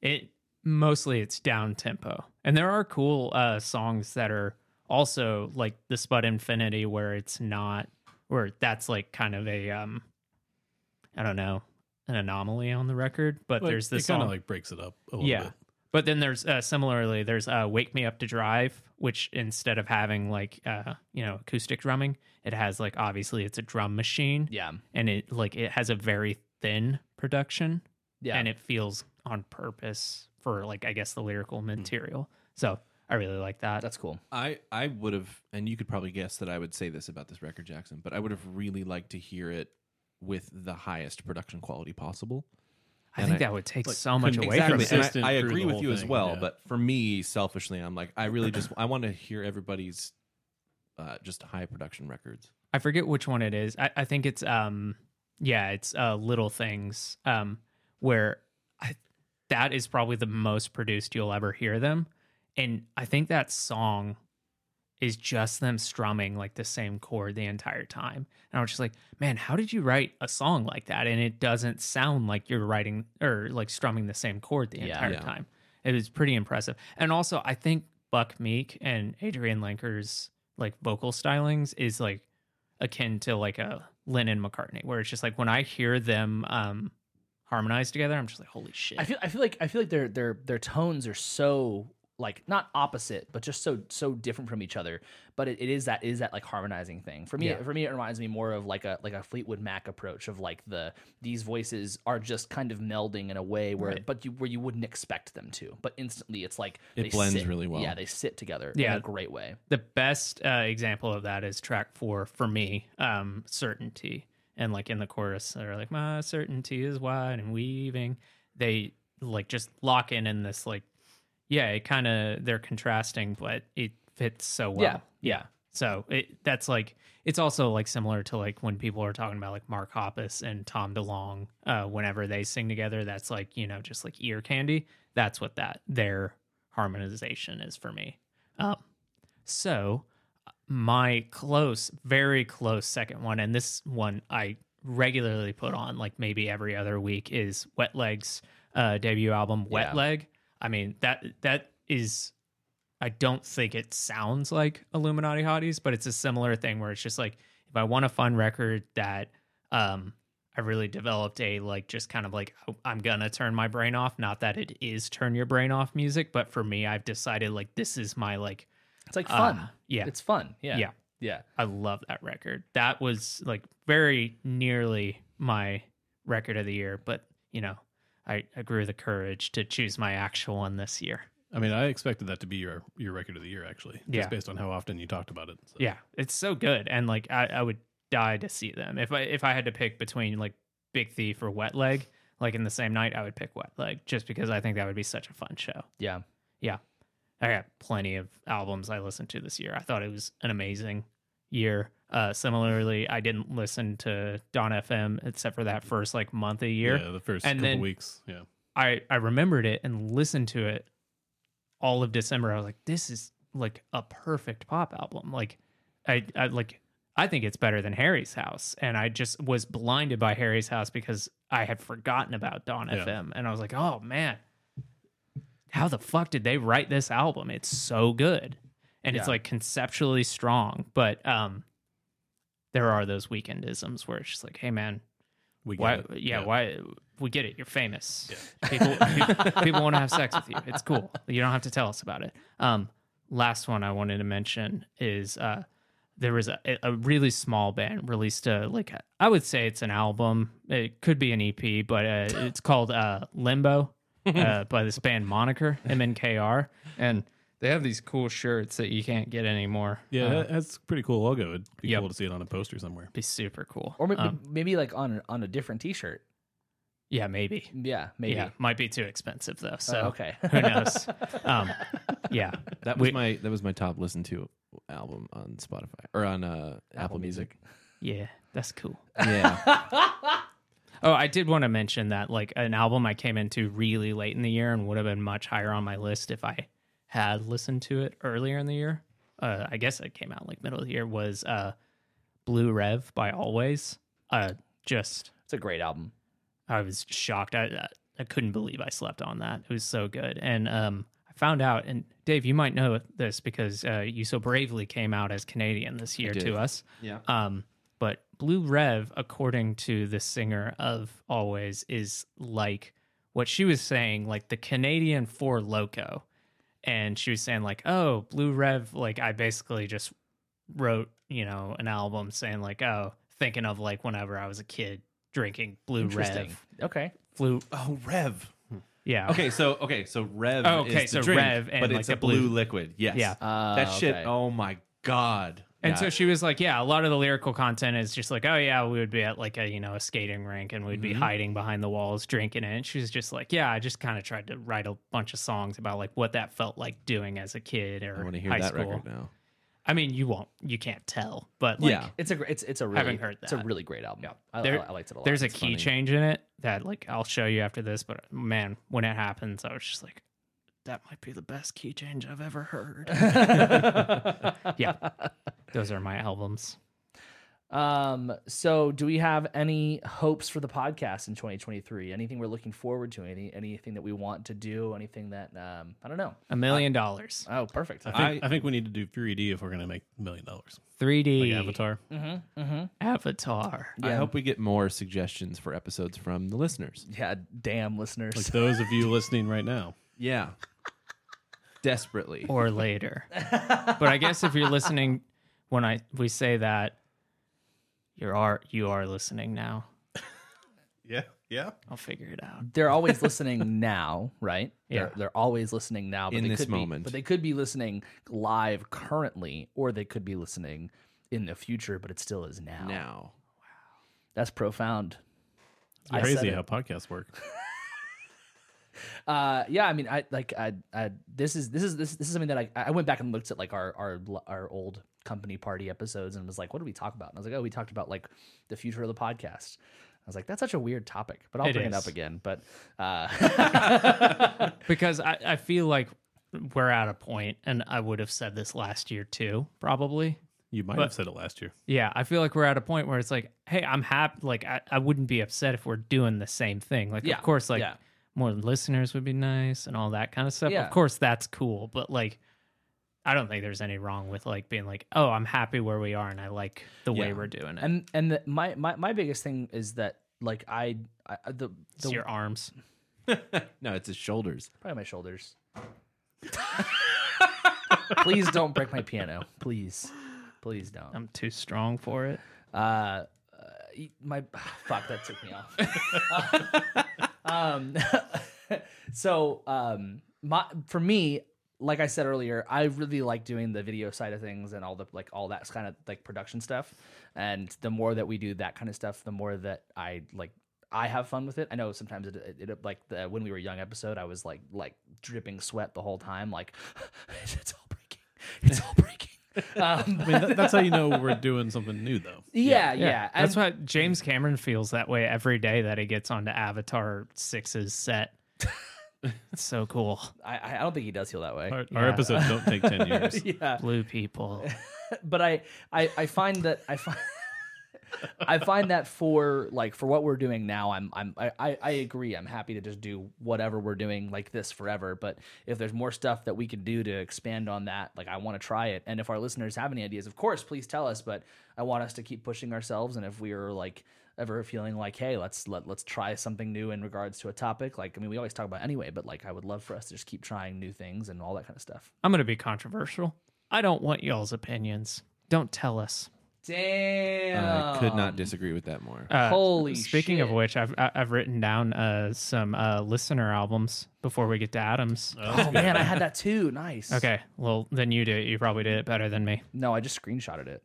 It mostly it's down tempo. And there are cool uh songs that are also like the Spud Infinity where it's not where that's like kind of a um I don't know, an anomaly on the record, but
Like,
there's
it
this
kind
song
of like breaks it up a little
yeah.
bit.
But then there's uh, similarly there's uh, "Wake Me Up to Drive," which instead of having like uh, you know acoustic drumming, it has like obviously it's a drum machine
yeah,
and it like it has a very thin production
yeah.
and it feels on purpose for like i guess the lyrical
Hmm.
material so i really like that
that's cool.
I I would have, and you could probably guess that I would say this about this record, Jackson, but I would have really liked to hear it with the highest production quality possible.
i
and
think
I-
that would take
like,
so much
couldn't
away
exactly.
from it
Consistent
And I, I
through
agree
the
with
whole
you as
thing,
well.
yeah.
But for me, selfishly, I'm like, I really just I want to hear everybody's uh, just high production records.
i forget which one it is i, I think it's um yeah it's uh little things um where I, that is probably the most produced you'll ever hear them and i think that song is just them strumming like the same chord the entire time. And I was just like, man, how did you write a song like that? And it doesn't sound like you're writing or like strumming the same chord the
Yeah.
entire
Yeah.
time. It was pretty impressive. And also, I think Buck Meek and Adrian Lenker's like vocal stylings is like akin to like a Lennon McCartney, where it's just like when I hear them um harmonize together, I'm just like, holy shit.
I feel I feel like I feel like their their their tones are so like not opposite, but just so so different from each other. But it, it is that is that like harmonizing thing for me.
Yeah.
For me, it reminds me more of like a like a Fleetwood Mac approach of like the these voices are just kind of melding in a way where
Right.
but you where you wouldn't expect them to, but instantly it's like
It
they
blends
sit-
really well.
Yeah, they sit together in
Yeah.
a great way.
the best uh, example of that is track four for me um certainty and like in the chorus they're like my certainty is wide and weaving they like just lock in in this like yeah it kind of they're contrasting but it fits so well
Yeah, yeah.
so it that's like it's also like similar to like when people are talking about like mark hoppus and tom delong uh whenever they sing together that's like you know just like ear candy that's what that their harmonization is for me um so, my close, very close second one, and this one I regularly put on like maybe every other week is Wet Legs uh, debut album Wet
Yeah.
Leg. I mean that that is I don't think it sounds like Illuminati Hotties, but it's a similar thing where it's just like if I want a fun record that um I really developed a like just kind of like oh, I'm gonna turn my brain off. Not that it is turn your brain off music, but for me, I've decided like this is my like
It's like fun.
uh, yeah,
It's fun. Yeah.
Yeah.
Yeah.
I love that record. That was like very nearly my record of the year, but you know, I, I grew the courage to choose my actual one this year.
I mean, I expected that to be your your record of the year, actually, just
Yeah.
based on how often you talked about it. So.
Yeah, it's so good, and like I, I would die to see them if I if I had to pick between like Big Thief or Wet Leg, like in the same night, I would pick Wet Leg just because I think that would be such a fun show.
Yeah.
I got plenty of albums I listened to this year. I thought it was an amazing year. Uh, similarly, I didn't listen to Don FM except for that first like month a year.
Yeah, the first
And
couple
then-
weeks. Yeah,
I I remembered it and listened to it all of December. I was like, this is like a perfect pop album. Like, I, I like I think it's better than Harry's House. And I just was blinded by Harry's House because I had forgotten about Don
Yeah.
FM, and I was like, oh man, how the fuck did they write this album? It's so good, and it's
Yeah.
like conceptually strong, but um. There are those weekendisms where it's just like, hey man,
we
why?
got it.
Yeah, why? We get it. You're famous. People, people, want to have sex with you. It's cool. You don't have to tell us about it. Um, last one I wanted to mention is uh, there was a, a really small band released a like I would say it's an album. It could be an EP, but uh, it's called uh, Limbo uh, by this band Moniker MNKR, and they have these cool shirts that you can't get anymore.
Yeah,
Uh,
that, that's a pretty cool logo. It'd be
Yep.
cool to see it on a poster somewhere.
be super cool.
Or maybe,
Um,
maybe like on on a different T-shirt.
yeah, maybe.
Yeah. Maybe. Oh,
Yeah, might be too expensive though. So
okay.
who knows? Um, yeah,
That was
We-
my that was my top listen to album on Spotify or on uh, Apple, Music.
yeah, that's cool.
Yeah,
Oh, I did want to mention that like an album I came into really late in the year and would have been much higher on my list if I had listened to it earlier in the year. Uh, I guess it came out like middle of the year was uh, Blue Rev by Always. Uh, just
It's a great album.
I was shocked. I I couldn't believe I slept on that. It was so good. And um, I found out, and Dave, you might know this because uh, you so bravely came out as Canadian this year
did.
to us.
yeah.
Um, but Blue Rev, according to the singer of Always, is like what she was saying, like the Canadian for Loco. And she was saying, like, oh, Blue Rev, like I basically just wrote, you know, an album saying, like, oh, thinking of like whenever I was a kid drinking Blue
Interesting.
Rev.
Okay.
Blue,
Oh, Rev.
yeah.
Okay, so okay, so Rev.
Oh,
is
okay,
the
so
drink,
Rev and,
but
like,
it's
the
a blue
blue-
liquid. Yes.
Yeah.
Uh,
that shit.
okay.
Oh my god.
And
Yeah.
so she was like, yeah, a lot of the lyrical content is just like, oh yeah, we would be at like a you know a skating rink and we'd be
Mm-hmm.
hiding behind the walls drinking it. And she was just like, yeah, I just kind of tried to write a bunch of songs about like what that felt like doing as a kid or
I want to hear
high
that
school.
record now.
I mean, you won't, you can't tell, but like,
yeah.
It's a gr- it's it's a really
Haven't heard
it's a
that.
really great album. I,
There-
I, I liked it a lot.
there's a
It's
key
Oh, funny.
change in it that like I'll show you after this. But man, when it happens, I was just like, that might be the best key change I've ever heard. yeah, those are my albums.
Um, so do we have any hopes for the podcast in 2023? Anything we're looking forward to? Any anything that we want to do? Anything that um I don't know.
A million dollars,
Oh, perfect.
I think, I, think we need to do 3D if we're going to make a million dollars.
3D
Like Avatar.
Avatar.
I hope we get more suggestions for episodes from the listeners.
Yeah, damn listeners.
Like those of you listening right now.
Yeah. Desperately.
or later. but I guess if you're listening when I we say that, you are you are listening now.
Yeah. Yeah.
I'll figure it out.
they're always listening now, right?
Yeah.
They're, they're always listening now. But
In
they
this
could
moment.
Be, but they could be listening live currently, or they could be listening in the future, but it still is now.
Now.
That's profound. I said
Crazy
it.
how podcasts work.
Uh, yeah, I mean, I like I, I this is this is this, this is something that I I went back and looked at like our our our old company party episodes and was like, what did we talk about? And I was like, oh, we talked about like the future of the podcast. I was like, that's such a weird topic, but I'll
It
bring
is.
it up again. But uh,
Because I, I feel like we're at a point, and I would have said this last year too, probably.
You might have said it last year.
Yeah, I feel like we're at a point where it's like, hey, I'm happy. Like, I, I wouldn't be upset if we're doing the same thing. Like,
Yeah,
of course, like
yeah.
more listeners would be nice and all that kind of stuff.
Yeah.
Of course, that's cool. But like, I don't think there's any wrong with like being like, oh, I'm happy where we are and I like the way
Yeah.
we're doing it.
and and the, my, my my biggest thing is that like I, I I- the,
It's
the
your arms.
No, it's his shoulders.
probably my shoulders. please don't break my piano, please, please don't.
I'm too strong for it.
Uh, uh, e- my fuck that took me off. um, so um, my for me, like I said earlier, I really like doing the video side of things and all the like all that kind of like production stuff. And the more that we do that kind of stuff, the more that I like. I have fun with it. I know sometimes it, it, it like the when we were young episode, I was like like dripping sweat the whole time. Like it's all breaking, it's all breaking. Um,
I mean, that, that's how you know we're doing something new, though.
yeah, yeah. And-
That's why James Cameron feels that way every day that he gets onto Avatar 6's set. it's so cool.
I, I don't think he does feel that way.
Our, our episodes don't take ten years.
yeah,
Blue people.
but I, I I find that I find I find that for like for what we're doing now, I'm I'm I, I I agree. I'm happy to just do whatever we're doing like this forever. But if there's more stuff that we can do to expand on that, like I want to try it. And if our listeners have any ideas, of course, please tell us. But I want us to keep pushing ourselves. And if we are like ever feeling like, hey, let's let let's try something new in regards to a topic, like I mean, we always talk about it anyway. But like, I would love for us to just keep trying new things and all that kind of stuff.
I'm going to be controversial. I don't want y'all's opinions. Don't tell us.
Damn,
I could not disagree with that more.
Uh,
Holy
Speaking of
shit.
which, I've I- I've written down uh, some uh, listener albums before we get to Adams.
Oh man, I had that too. Nice.
Okay, well then you do it. You probably did it better than me.
No, I just screenshotted it.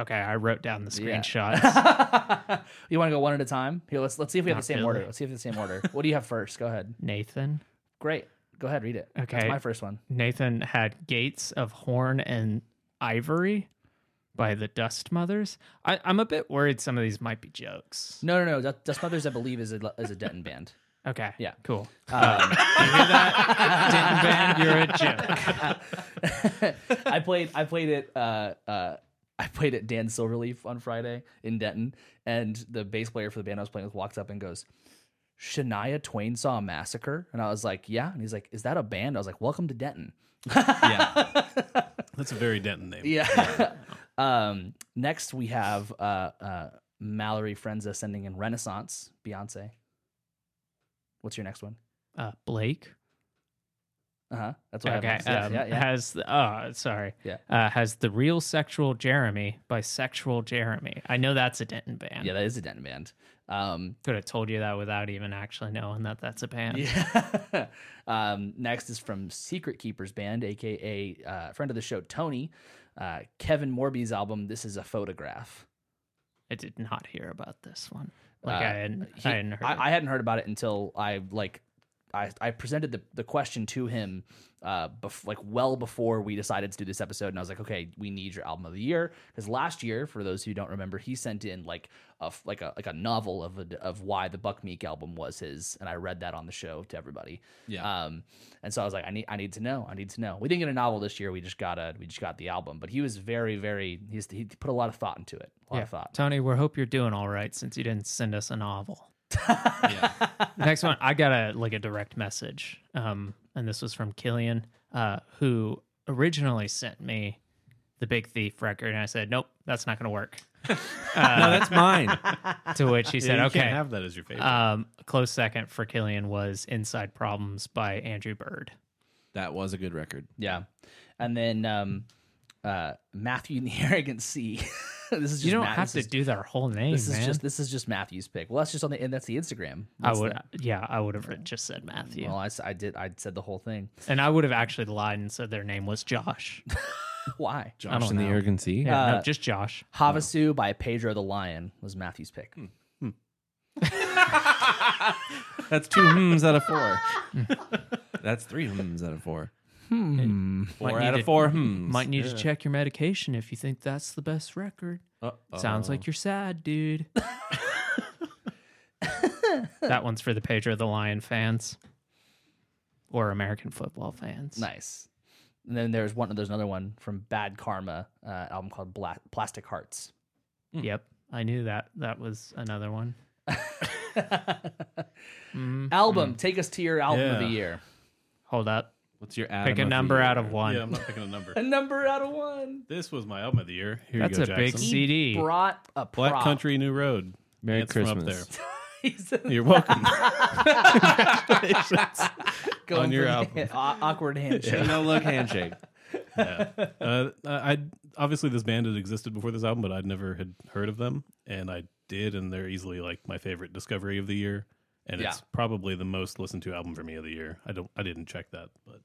Okay, I wrote down the
Yeah.
screenshots.
you want to go one at a time? Here, let's let's see if we have
Not
the same
really.
order. Let's see if it's the same order. what do you have first? Go ahead.
Nathan.
Great. Go ahead, read it. That's
Okay.
my first one.
Nathan had Gates of Horn and Ivory by the Dust Mothers. I, I'm a bit worried some of these might be jokes.
No, no, no. Dust- Dust Mothers, I believe, is a is a Denton band.
Okay.
Yeah.
Cool.
Um,
Denton Band, you're a joke.
I played I played it uh uh I played at Dan Silverleaf on Friday in Denton, and the bass player for the band I was playing with walks up and goes, Shania Twain saw a massacre, and I was like, yeah, and he's like, is that a band? I was like, welcome to Denton.
That's a very Denton name.
Yeah. um, next, we have uh, uh, Mallory Frenza sending in Renaissance, Beyonce. What's your next one?
Uh, Blake.
Uh huh. That's what I
Okay.
have next. Yeah,
Um,
yeah, yeah.
Has the, oh sorry.
Yeah.
Uh, has the real sexual Jeremy by Sexual Jeremy. I know that's a Denton band.
Yeah, that is a Denton band. Um,
Could have told you that without even actually knowing that that's a band.
yeah. um, next is from Secret Keepers Band, aka uh, friend of the show Tony, uh, Kevin Morby's album. This is a photograph.
I did not hear about this one. Like
Uh,
I hadn't,
he-
I hadn't heard.
I,
it.
I hadn't heard about it until I like I, I presented the, the question to him uh bef- like well before we decided to do this episode and I was like okay we need your album of the year because last year for those who don't remember he sent in like a f- like a like a novel of a, of why the Buck Meek album was his and I read that on the show to everybody
Yeah.
um and so I was like I need I need to know I need to know we didn't get a novel this year we just got a we just got the album but he was very very he's he put a lot of thought into it a lot
Yeah.
of thought
Tony, we hope you're doing all right since you didn't send us a novel. Next one, I got a like a direct message, um, and this was from Killian, uh, who originally sent me the Big Thief record, and I said, "Nope, that's not going to work."
no, that's mine.
To which he
Yeah,
said,
you
"Okay."
can't have that as your favorite.
um, a close second for Killian was "Inside Problems" by Andrew Bird.
that was a good record.
Yeah. And then um uh Matthew and the Arrogant Sea. this is just
You don't
Matt-
have
this
to
is-
do their whole name,
this is
man.
just this is just Matthew's pick. Well, that's just on the and that's the Instagram.
I
That's
would,
the-
yeah, I would have just said Matthew,
well, I, s- I did. I said the whole thing.
and I would have actually lied and said their name was Josh.
Why?
Josh
don't
and the
know.
Arrogant Sea.
Yeah,
Uh,
no, just Josh.
Havasu by Pedro the Lion was Matthew's pick.
Hmm.
That's two hmms out of four. that's three hmms out of four. Hmm. Four
Might
out
need
of
to-
four hmms.
Might need to check your medication if you think that's the best record.
Uh-oh.
Sounds like you're sad, dude. that one's for the Pedro the Lion fans or American football fans.
Nice. And then there's one. There's another one from Bad Karma uh, album called Bla- Plastic Hearts. Hmm.
Yep, I knew that. That was another one. Hmm.
Album. Take us to your album of the
Yeah.
year.
Hold up.
What's your Adam
Pick a
of the
number
year?
out of one.
Yeah, I'm not picking a number.
A number out of one.
this was my album of the year. Here
That's
you
a
go,
big
Jackson.
C- CD.
Brought a prop.
Black Country New Road.
Merry
It's from up
Christmas.
there.
He's a-
You're welcome.
going
On your
for the
album.
hand- aw- awkward handshake.
No look handshake.
yeah. Uh, I I'd- obviously this band had existed before this album, but I'd never had heard of them, and I did, and they're easily like my favorite discovery of the year, and it's
Yeah.
probably the most listened to album for me of the year. I don't, I didn't check that, but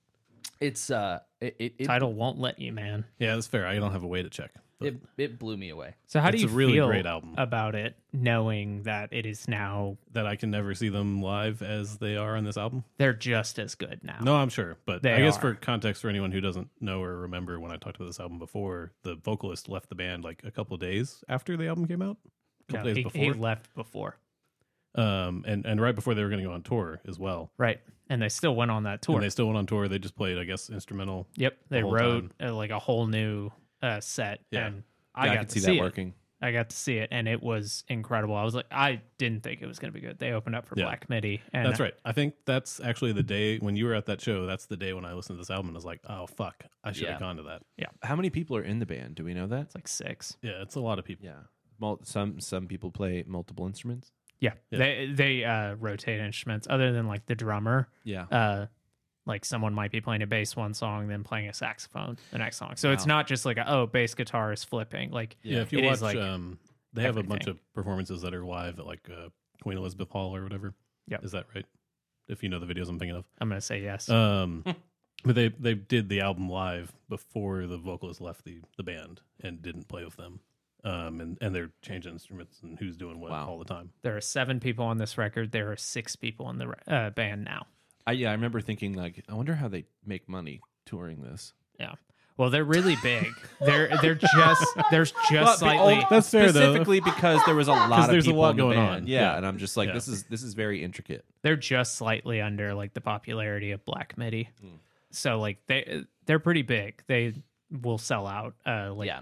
It's uh, it it, it,
Title won't let you, man.
yeah, that's fair. I don't have a way to check. But
it it blew me away.
So how
It's
do
a
you
really
feel
great album.
about it, knowing that it is now
that I can never see them live as they are on this album.
they're just as good now?
No, I'm sure, but
They
I guess
are.
for context for anyone who doesn't know or remember when I talked about this album before, the vocalist left the band like a couple days after the album came out. A
No,
couple days
he,
before.
he left before,
um and and right before they were going to go on tour as well
right? And they still went on that tour.
and they still went on tour they just played i guess instrumental
yep, they
whole
wrote uh, like a whole new uh, set,
Yeah.
and
Yeah,
I got
could
to
see
see,
that
it.
working.
I got to see it, and it was incredible. I was like, I didn't think it was going to be good. They opened up for
Yeah.
Black Midi, and
that's right i think that's actually the day when you were at that show that's the day when i listened to this album and i was like oh fuck i should have
Yeah.
gone to that
How many people are in the band? Do we know that?
it's like six.
yeah it's a lot of people
Yeah. Mul- some some people play multiple instruments.
Yeah,
Yeah.
they they uh, rotate instruments other than like the drummer.
Yeah.
uh like someone might be playing a bass one song then playing a saxophone the next song so it's
Wow.
not just like a, oh bass guitar is flipping like
yeah, if you
It
watch
is like
um they have a bunch of
everything.
performances that are live at like uh, queen elizabeth hall or whatever
Yep.
is that right if you know the videos i'm thinking of
i'm gonna say yes
um but they they did the album live before the vocalist left the the band and didn't play with them um and and they're changing instruments and who's doing what
Wow.
all the time
there are seven people on this record there are six people in the re- uh, band now
I yeah, I remember thinking like, I wonder how they make money touring this.
yeah well they're really big they're they're just there's just
But-
slightly
oh,
That's fair, though.
specifically because there was a lot of
there's a
people
lot
in the
going
band.
on.
Yeah,
Yeah.
and I'm just like,
Yeah.
this is this is very intricate.
they're just slightly under like the popularity of black midi so like they they're pretty big they will sell out uh like
yeah,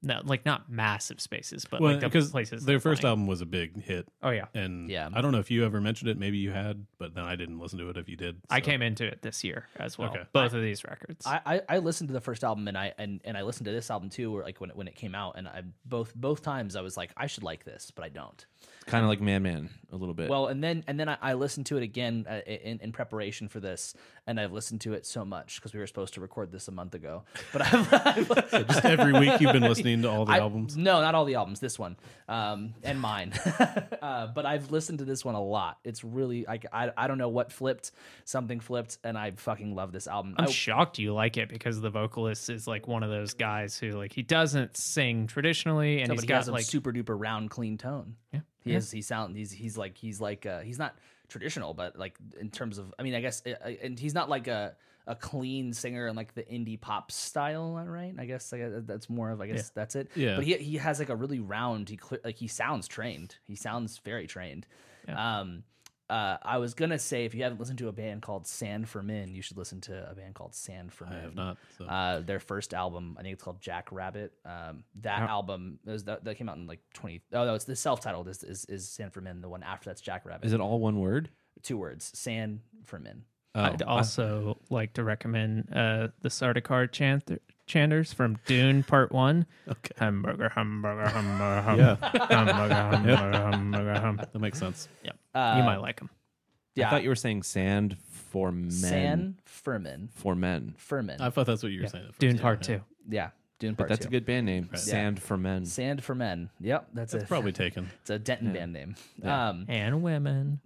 no, like not massive spaces but
well
like the
because
places
their
they're
first
playing.
album was a big hit
oh yeah
and
Yeah.
i don't know if you ever mentioned it maybe you had but then i didn't listen to it if you did
I
so.
came into it this year as well.
Okay.
Both of these records.
I, I I listened to the first album and I and, and I listened to this album too, or like when it, when it came out, and I both both times I was like I should like this, but I don't.
It's kind of like Man Man a little bit.
Well, and then and then I, I listened to it again uh, in, in preparation for this, and I've listened to it so much because we were supposed to record this a month ago. But I've, I've-
just every week you've been listening to all the
I-
albums
No, not all the albums. This one, um, and mine. uh, but I've listened to this one a lot. It's really like I, I don't know what flipped, something flipped, and I fucking love this album.
I'm
I-
shocked you like it because the vocalist is like one of those guys who like he doesn't sing traditionally and
No,
he's
but he
got
has a
like
super duper round, clean tone.
Yeah.
he
Yeah.
is. He sound. He's he's like he's like uh, he's not traditional, but like in terms of, I mean, I guess, uh, uh, and he's not like a a clean singer in like the indie pop style, right? I guess, I guess that's more of, I guess that's it.
Yeah.
but he he has like a really round. He cle- like he sounds trained. He sounds very trained. Um. Uh, I was gonna say if you haven't listened to a band called Sand for Men, you should listen to a band called Sand for Men.
i have not so
Uh, their first album, I think it's called Jack Rabbit. Um, that album it was that, that came out in like twenty. Oh no, it's the self-titled is is, is Sand for Men. The one after that's Jack Rabbit.
is it all one word? Oh.
Two words, Sand for Men.
I'd also like to recommend uh the Sardaukar chant chanters from Dune Part One.
Okay.
Hamburger, hamburger, hamburger, hum,
Yeah.
hamburger, hamburger, hamburger, hum.
that makes sense
you might like them.
I
Uh, Yeah,
thought you were saying sand for men.
Sand for Men.
for men.
For Men.
i thought that's what you were saying at first.
Dune
Yeah,
Part
yeah.
Two.
yeah, doing part
That's
two.
a good band name. Sand for men.
Sand for Men. Yep, that's, a
probably taken
it's a Denton band name. Um,
And women.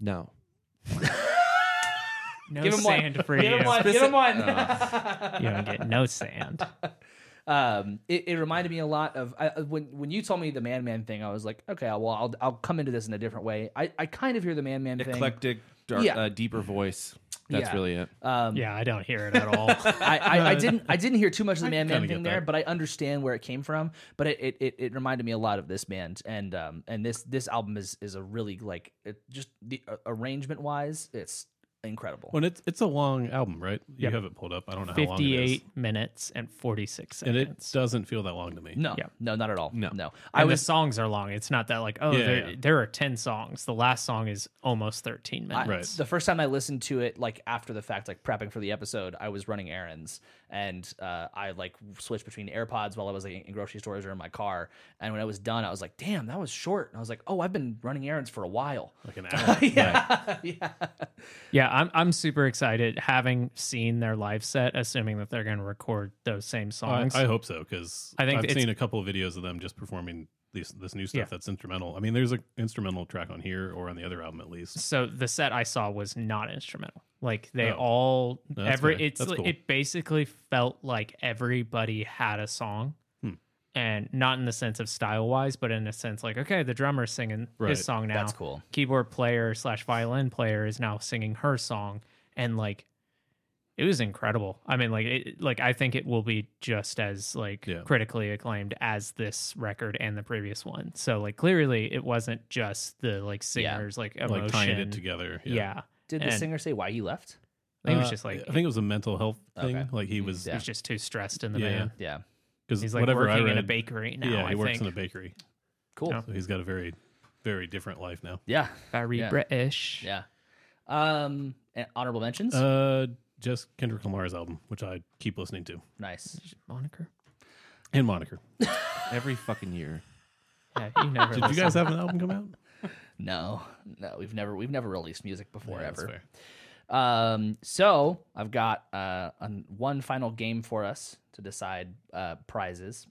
No.
No
Give 'em one.
sand for you.
Get him one.
Uh-huh.
You don't get no sand.
um, it, it reminded me a lot of I, I- when when you told me the Man Man thing. I was like, okay, well, I'll I'll come into this in a different way. I, I kind of hear the Man Man thing.
Eclectic, dark,
Yeah.
uh, deeper voice. That's
Yeah. Uh,
really it.
Um,
Yeah, I don't hear it at all.
I, I, I didn't I didn't hear too much of the Man Man
Uh, kinda
thing
get
there,
that.
but I understand where it came from. But it, it, it, it reminded me a lot of this band, and um and this this album is is a really like it just the uh, arrangement wise, it's incredible.
Well, and it's it's a long album, right? You
Yep.
have it pulled up. I don't know how long it is,
58 minutes and 46
and
seconds.
it doesn't feel that long to me.
No,
Yeah.
no, not at all.
No.
no. I
And the
was
songs are long. It's not that like oh
Yeah,
there,
yeah.
there are ten songs. The last song is almost thirteen
I-
minutes.
Right.
the first time I listened to it, like after the fact, like prepping for the episode, I was running errands and uh, I like switched between AirPods while I was like in grocery stores or in my car. And when I was done, I was like, "Damn, that was short." And I was like, "Oh, I've been running errands for a while."
like an hour. yeah,
yeah,
Yeah, I'm I'm super excited having seen their live set. Assuming that they're going to record those same
Oh, I,
songs.
I hope so because
I
I
think
think I've
it's-
seen a couple of videos of them just performing these this new stuff
Yeah.
that's instrumental. I mean, there's an instrumental track on here or on the other album at least.
so the set I saw was not instrumental. Like they
Oh.
all
No, that's
every
good.
it's
That's cool.
it basically felt like everybody had a song.
Hmm.
And not in the sense of style wise, but in a sense like, okay, the drummer's singing
Right.
his song now.
that's cool.
keyboard player slash violin player is now singing her song and like it was incredible i mean like it like i think it will be just as like
Yeah.
critically acclaimed as this record and the previous one so like clearly it wasn't just the like singers like emotion
Like tying it together.
yeah,
Did the
And-
singer say why he left?
i think it
Uh,
was just like
I think it was a mental health thing.
Okay.
Like he
Mm,
was
he
yeah.
was just too stressed in the
Yeah.
band
Yeah,
because
he's like
whatever I
working
read,
in a bakery now
yeah,
i
he works
think
in a bakery,
cool.
Yeah.
so he's got a very very different life now.
Yeah,
very
Yeah.
british
yeah. Um, and honorable mentions.
Uh, just Kendrick Lamar's album, which I keep listening to,
nice.
moniker
and Moniker.
Every fucking year.
yeah, you never
Did you guys
listen.
have an album come out?
No, no, we've never we've never released music before
Yeah, that's
ever.
fair.
Um, so I've got uh, an, one final game for us to decide uh, prizes,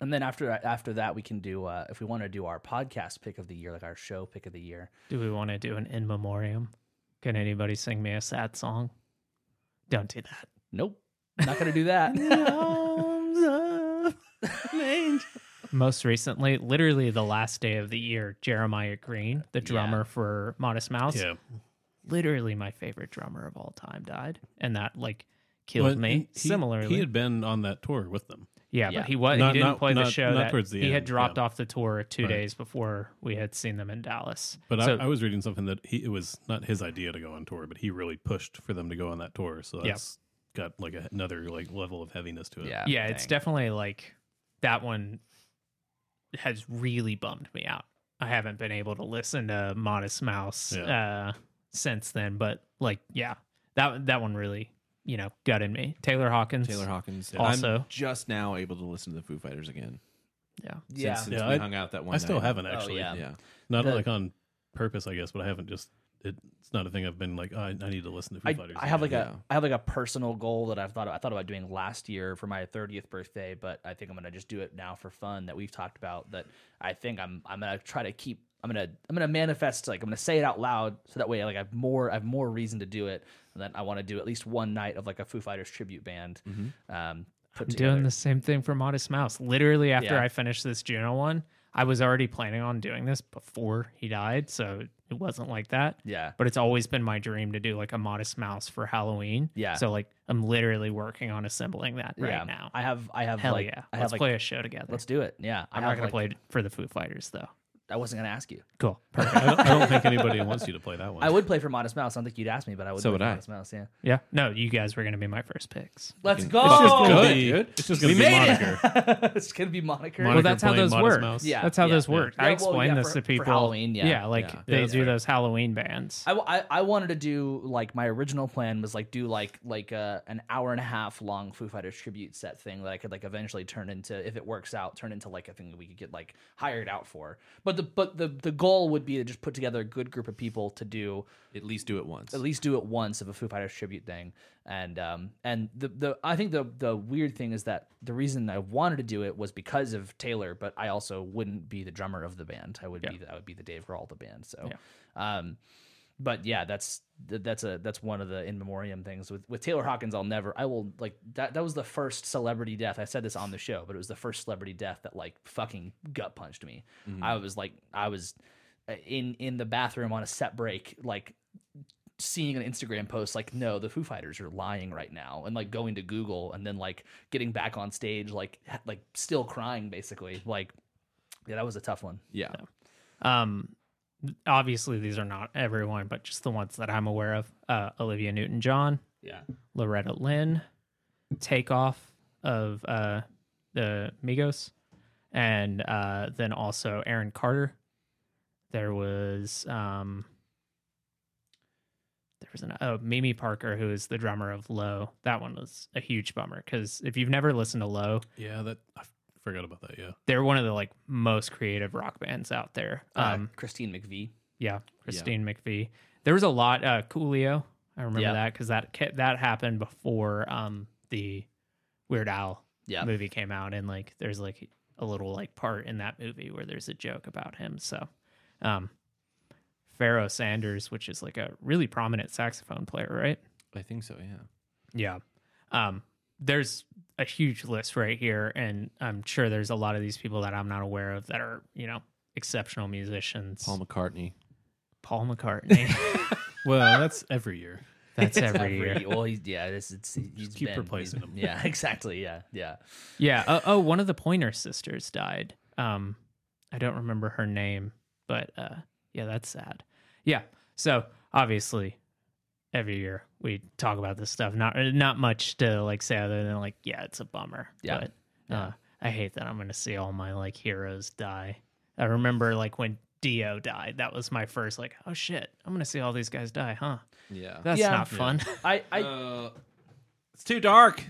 and then after after that we can do uh, if we want to do our podcast pick of the year, like our show pick of the year.
Do we want to do an in memoriam? Can anybody sing me a sad song? Don't do that.
Nope, not gonna do that.
Most recently, literally the last day of the year, Jeremiah Green, the drummer for Modest Mouse,
Yeah.
literally my favorite drummer of all time, died, and that like killed
But
me.
he-
Similarly,
he had been on that tour with them.
yeah,
Yeah.
but he was
Not-
he didn't
not-
play the
not-
show.
not
that
towards the
he had
end,
dropped
yeah.
off the tour two
Right.
days before we had seen them in Dallas.
But
So-
I, I was reading something that he it was not his idea to go on tour, but he really pushed for them to go on that tour. So
Yeah.
that's got like a, another like level of heaviness to it.
yeah,
yeah, it's
dang.
definitely like that one has really bummed me out. I haven't been able to listen to Modest Mouse uh, since then, but like, yeah, that that one really, you know, gutted me. Taylor Hawkins,
Taylor Hawkins.
Yeah. Also-
I'm just now able to listen to the Foo Fighters again.
yeah,
Since,
yeah.
since
Yeah,
we
I-
hung out that one
I still
night.
haven't
Oh,
actually.
yeah.
Yeah.
Not
The-
like on purpose, I guess, but I haven't just it, it's not a thing I've been like, oh, I, I need to listen to Foo
I,
Fighters.
I have
again.
like
Yeah.
a I have like a personal goal that I've thought I thought about doing last year for my 30th birthday, but I think I'm gonna just do it now for fun that we've talked about. That I think I'm I'm gonna try to keep I'm gonna I'm gonna manifest like I'm gonna say it out loud so that way like I've more I have more reason to do it. And then I want to do at least one night of like a Foo Fighters tribute band.
Mm-hmm.
Um, put
I'm
together.
doing the same thing for Modest Mouse. Literally after
Yeah.
I finished this Juno one, I was already planning on doing this before he died, so it wasn't like that.
Yeah.
But it's always been my dream to do like a Modest Mouse for Halloween.
Yeah.
So like, I'm literally working on assembling that right
yeah.
now.
I have I have
Hell
like
yeah.
I have
let's
like
play a show together.
let's do it. Yeah, I
I'm not
have,
going
like-
to play for the Foo Fighters, though.
I wasn't gonna ask you.
Cool.
I don't, I don't think anybody wants you to play that one.
I would play for Modest Mouse. I don't think you'd ask me, but I would.
So
play
would
for
I.
Modest Mouse. Yeah.
yeah. No, you guys were going to be my first picks.
Let's
It's
go.
just
It's gonna
Good,
be,
dude.
It's just gonna
We
be
made it.
Moniker.
it's gonna be moniker.
Moniker
Well, that's how
playing
those
Modest
work.
Mouse.
Yeah.
That's how those work.
Yeah,
I
well,
explained
yeah,
this
for-
to
for
people.
Halloween, yeah.
like
Yeah. Yeah,
they
that's
do
fair.
those Halloween bands.
I, I, I wanted to do like my original plan was like do like like a, an hour and a half long Foo Fighters tribute set thing that I could like eventually turn into if it works out turn into like a thing that we could get like hired out for. But the but the the goal would be to just put together a good group of people to do
At least do it once.
at least do it once of a Foo Fighters tribute thing. And um and the the I think the the weird thing is that the reason I wanted to do it was because of Taylor, but I also wouldn't be the drummer of the band. I would be the, I would be the Dave Grohl of the band. So, um, but yeah, that's th- that's a that's one of the in memoriam things with with Taylor Hawkins. I'll never I will like that that was the first celebrity death. I said this on the show, but it was the first celebrity death that like fucking gut punched me. I was like I was uh, in in the bathroom on a set break like seeing an Instagram post like, no, the Foo Fighters are lying right now, and like going to Google and then like getting back on stage, like ha- like still crying basically. Like, yeah, that was a tough one.
Yeah.
Um, obviously these are not everyone, but just the ones that I'm aware of. Uh, Olivia Newton John,
Yeah.
Loretta Lynn, Takeoff of uh, the Migos, and uh, then also Aaron Carter. There was um, there was an oh Mimi Parker who is the drummer of Low. That one was a huge bummer because if you've never listened to Low,
Yeah, that I forgot about that. Yeah,
they're one of the like most creative rock bands out there.
Uh,
Um,
Christine McVie.
yeah, Christine McVie. There was a lot. Uh, Coolio, I remember
Yeah.
that 'cause that because that that happened before um the Weird Al
Yeah.
movie came out, and like there's like a little like part in that movie where there's a joke about him. So, um, Pharaoh Sanders, which is like a really prominent saxophone player, right?
I think so. Yeah.
Yeah. Um, there's a huge list right here, and I'm sure there's a lot of these people that I'm not aware of that are you know exceptional musicians.
Paul McCartney.
Paul McCartney.
well, that's every year.
That's
It's
every, year.
Well, he's, yeah, this it's he- he's
keep
been-
replacing
he's-
him.
Yeah, exactly. Yeah, yeah.
Yeah. Oh, oh, one of the Pointer sisters died. Um, I don't remember her name, but uh, yeah, that's sad. Yeah. So obviously, every year we talk about this stuff. Not not much to like say other than like, yeah, it's a bummer.
Yeah.
But
Yeah.
Uh, I hate that I'm going to see all my like heroes die. I remember like when Dio died. That was my first like, oh shit, I'm going to see all these guys die, huh?
Yeah.
That's
Yeah.
not fun.
I, I, uh,
it's too dark.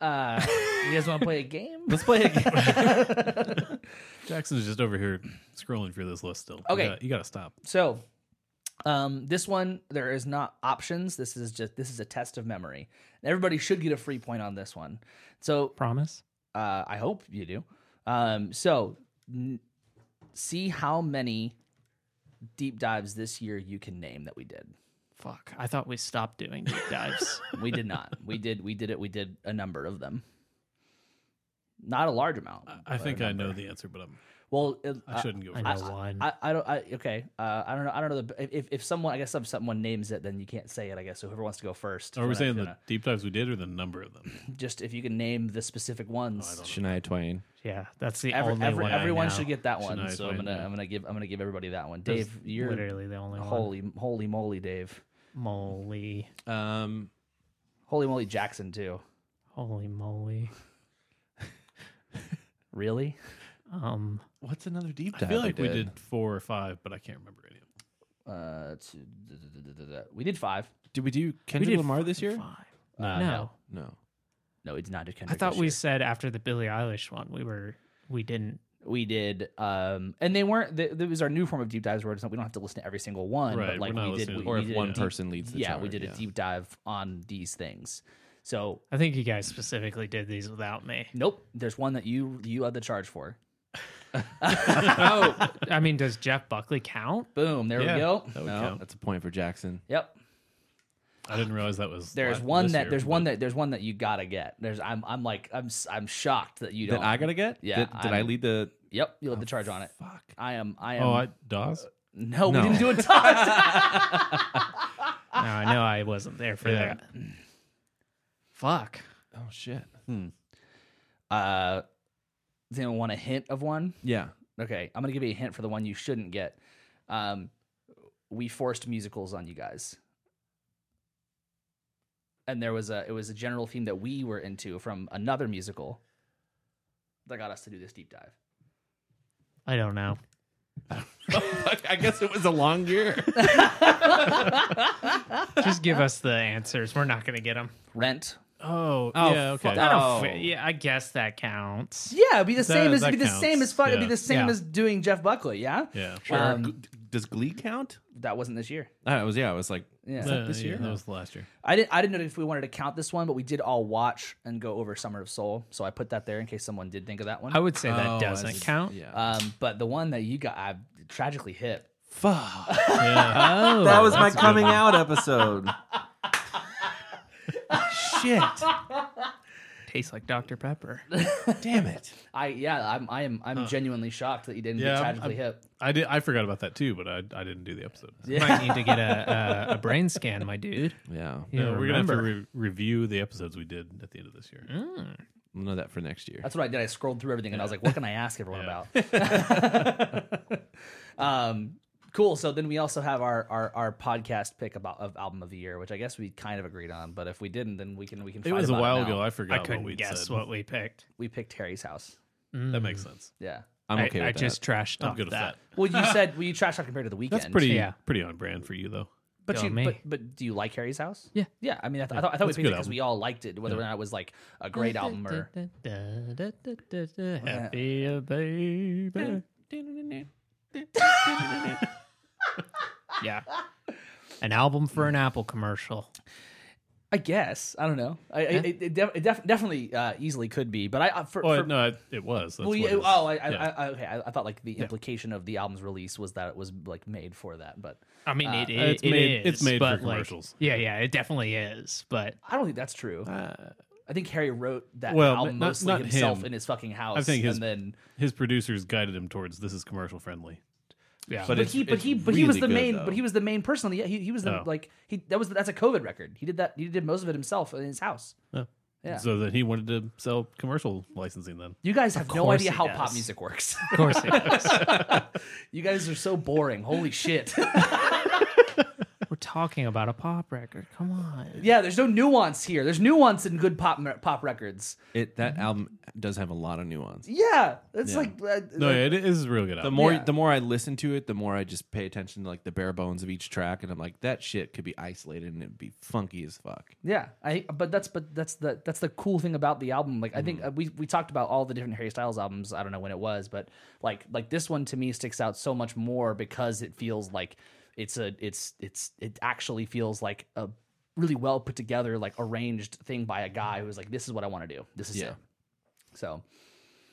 uh, you guys want to play a game?
Let's play a game.
Jackson's just over here scrolling through this list still. You
Okay.
gotta- you got to stop.
So, um, this one there is not options. This is just this is a test of memory. And everybody should get a free point on this one. So,
Promise.
uh, I hope you do. Um, so, n- see how many deep dives this year you can name that we did.
Fuck. I thought we stopped doing deep dives.
We did not. we did. We did it. We did a number of them. Not a large amount.
I think I know the answer, but I'm,
Well, it,
I shouldn't go.
I
first.
know one.
I, I don't. I, okay. Uh, I don't know. I don't know. The, if if someone, I guess if someone names it, then you can't say it. I guess so. Whoever wants to go first.
Are
we're
we
not
saying the
gonna-
deep dives we did or the Oh, number of them?
just if you can name the specific ones?
Shania Twain.
Yeah, that's the
Every-
only
every-
one.
everyone should get that one.
Shania
so I'm
Twain,
gonna
yeah.
I'm gonna give I'm gonna give everybody that one.
Dave,
Dave, you're
literally the only one.
holy holy moly, Dave.
Moly,
Um,
Holy moly, Jackson too.
holy moly.
Really?
Um,
what's another deep
I
dive?
feel like we did four or five, but I can't remember any of them.
Uh, two, da- da- da- da- da- da. we did five.
Did we do
we
Kendrick
did
Lamar
fucking
this year?
five.
Uh,
no,
No.
no, we did not do
I
Kendrick.
thought
this
we
year.
said after the Billie Eilish one, we were we didn't.
we did um and they weren't th- there was our new form of deep dives where it's not, we don't have to listen to every single one
Right,
but like
we're
we
not
did
listening
we,
to
Or
we
if
did a
one
deep-
person leads the
yeah
charge,
we did
yeah.
a deep dive on these things so
I think you guys specifically did these without me.
nope there's one that you you had the charge for
oh, I mean, does Jeff Buckley count?
boom there
Yeah,
we go
That would
No.
count. That's a point for Jackson.
yep
I didn't realize that was.
there's
la-
one
this
that
year,
there's
but-
one that there's one that you gotta get there's i'm i'm like i'm s- i'm shocked that you don't
That I gotta get.
Yeah,
Did, did I
I'm-
lead the?
yep you had the charge on it
Fuck.
i am i am
Oh, I,
uh,
Dawes.
no,
No.
we didn't do a dodge
No, I know I wasn't there for
Yeah.
that. Fuck.
Oh shit.
uh does anyone want a hint of one
Yeah.
Okay, I'm gonna give you a hint for the one you shouldn't get. Um, we forced musicals on you guys, and there was a it was a general theme that we were into from another musical that got us to do this deep dive.
I don't know.
I guess it was a long year.
Just give us the answers. We're not gonna get them.
Rent.
Oh,
Oh,
yeah.
fuck.
Okay.
I don't.
Oh.
Fi- yeah, I guess that counts.
Yeah, it'd be the same as
that
it'd be the same
counts.
as fuck. It'd be
Yeah.
the same
Yeah.
as doing Jeff Buckley. Yeah,
Yeah. Uh,
Um,
G- Does Glee count?
that wasn't this year.
I was yeah. I was like,
Yeah.
Uh,
this
yeah,
year?
That was the last year.
I didn't I didn't know if we wanted to count this one, but we did all watch and go over Summer of Soul, so I put that there in case someone did think of that one.
I would say
Oh, I
that doesn't
see.
count.
yeah.
Um, but the one that you got I tragically hit.
Fuck.
Yeah.
Oh, that was my coming out episode. shit.
Tastes like Dr. Pepper.
Damn it.
I yeah, I'm I am I'm genuinely shocked that you didn't
Yeah,
get
I'm-
tragically hit.
I did. I forgot about that too, but I, I didn't do the episode.
Might need to get a, a, a brain scan, my dude.
Yeah.
You
No, we're gonna have
remember.
to re- review the episodes we did at the end of this year.
We'll know that for next year.
That's what I did. I scrolled through everything and I was like, what can I ask everyone
Yeah.
about? Um, cool. So then we also have our, our our podcast pick about of album of the year, which I guess we kind of agreed on. But if we didn't, then we can we can.
It
fight
was a
about
while
now.
ago. I
I
forgot what
couldn't
we
guess
said.
what we picked.
We picked Terry's house.
That makes sense.
Yeah.
I'm
I-
okay
I,
with that.
just trashed
I'm
off
good with
Oh, that.
that.
Well, you said well, you trash talk compared to the weekend.
That's pretty
Yeah.
pretty on brand for you though.
But
Go
you,
me.
but, but do you like Harry's house?
Yeah.
yeah. I mean, I, th- I thought I thought we
that's
picked it
a good
because
album.
we all liked it, whether or not it was like a great album or
Happy a baby. yeah. An album for an Apple commercial.
I guess I don't know. I, I it, it, def- it def- definitely uh, easily could be, but I uh, for,
Oh
for
no, it, it was. That's
well,
what
yeah,
it is.
oh, I, I,
Yeah.
I, I, okay. I, I thought like the implication of the album's release was that it was like made for that, but
I mean, it, it,
it's
it
made-
is,
it's made for
but, like,
commercials.
yeah, yeah, it definitely is. But
I don't think that's true. I think Harry wrote that
Uh, well,
album
not-
mostly
not
himself
him.
in his fucking house.
I think his-
and then
his producers guided him towards this is commercial friendly.
yeah,
But
but
it's-
he but
it's
he but he was
really
the
good,
main
though.
but he was the main person. on the- He he was the
Oh.
like he that was that's a COVID record. He did that he did most of it himself in his house. Yeah.
So that he wanted to sell commercial licensing then.
You guys have no
course
idea
he
how
does.
pop music works.
of course it is.
you guys are so boring. Holy shit.
We're talking about a pop record. Come on.
yeah, there's no nuance here. There's nuance in good pop pop records.
It that album does have a lot of nuance.
Yeah, it's like uh,
No, yeah, it is a real good
The
album.
more
Yeah.
the more I listen to it, the more I just pay attention to like the bare bones of each track, and I'm like, that shit could be isolated and it'd be funky as fuck.
Yeah, I but that's but that's the that's the cool thing about the album. Like I
Mm-hmm.
think uh, we we talked about all the different Harry Styles albums. I don't know when it was, but like like this one to me sticks out so much more because it feels like it's a it's it's it actually feels like a really well put together like arranged thing by a guy who's like this is what I want to do. This is
Yeah.
it. So,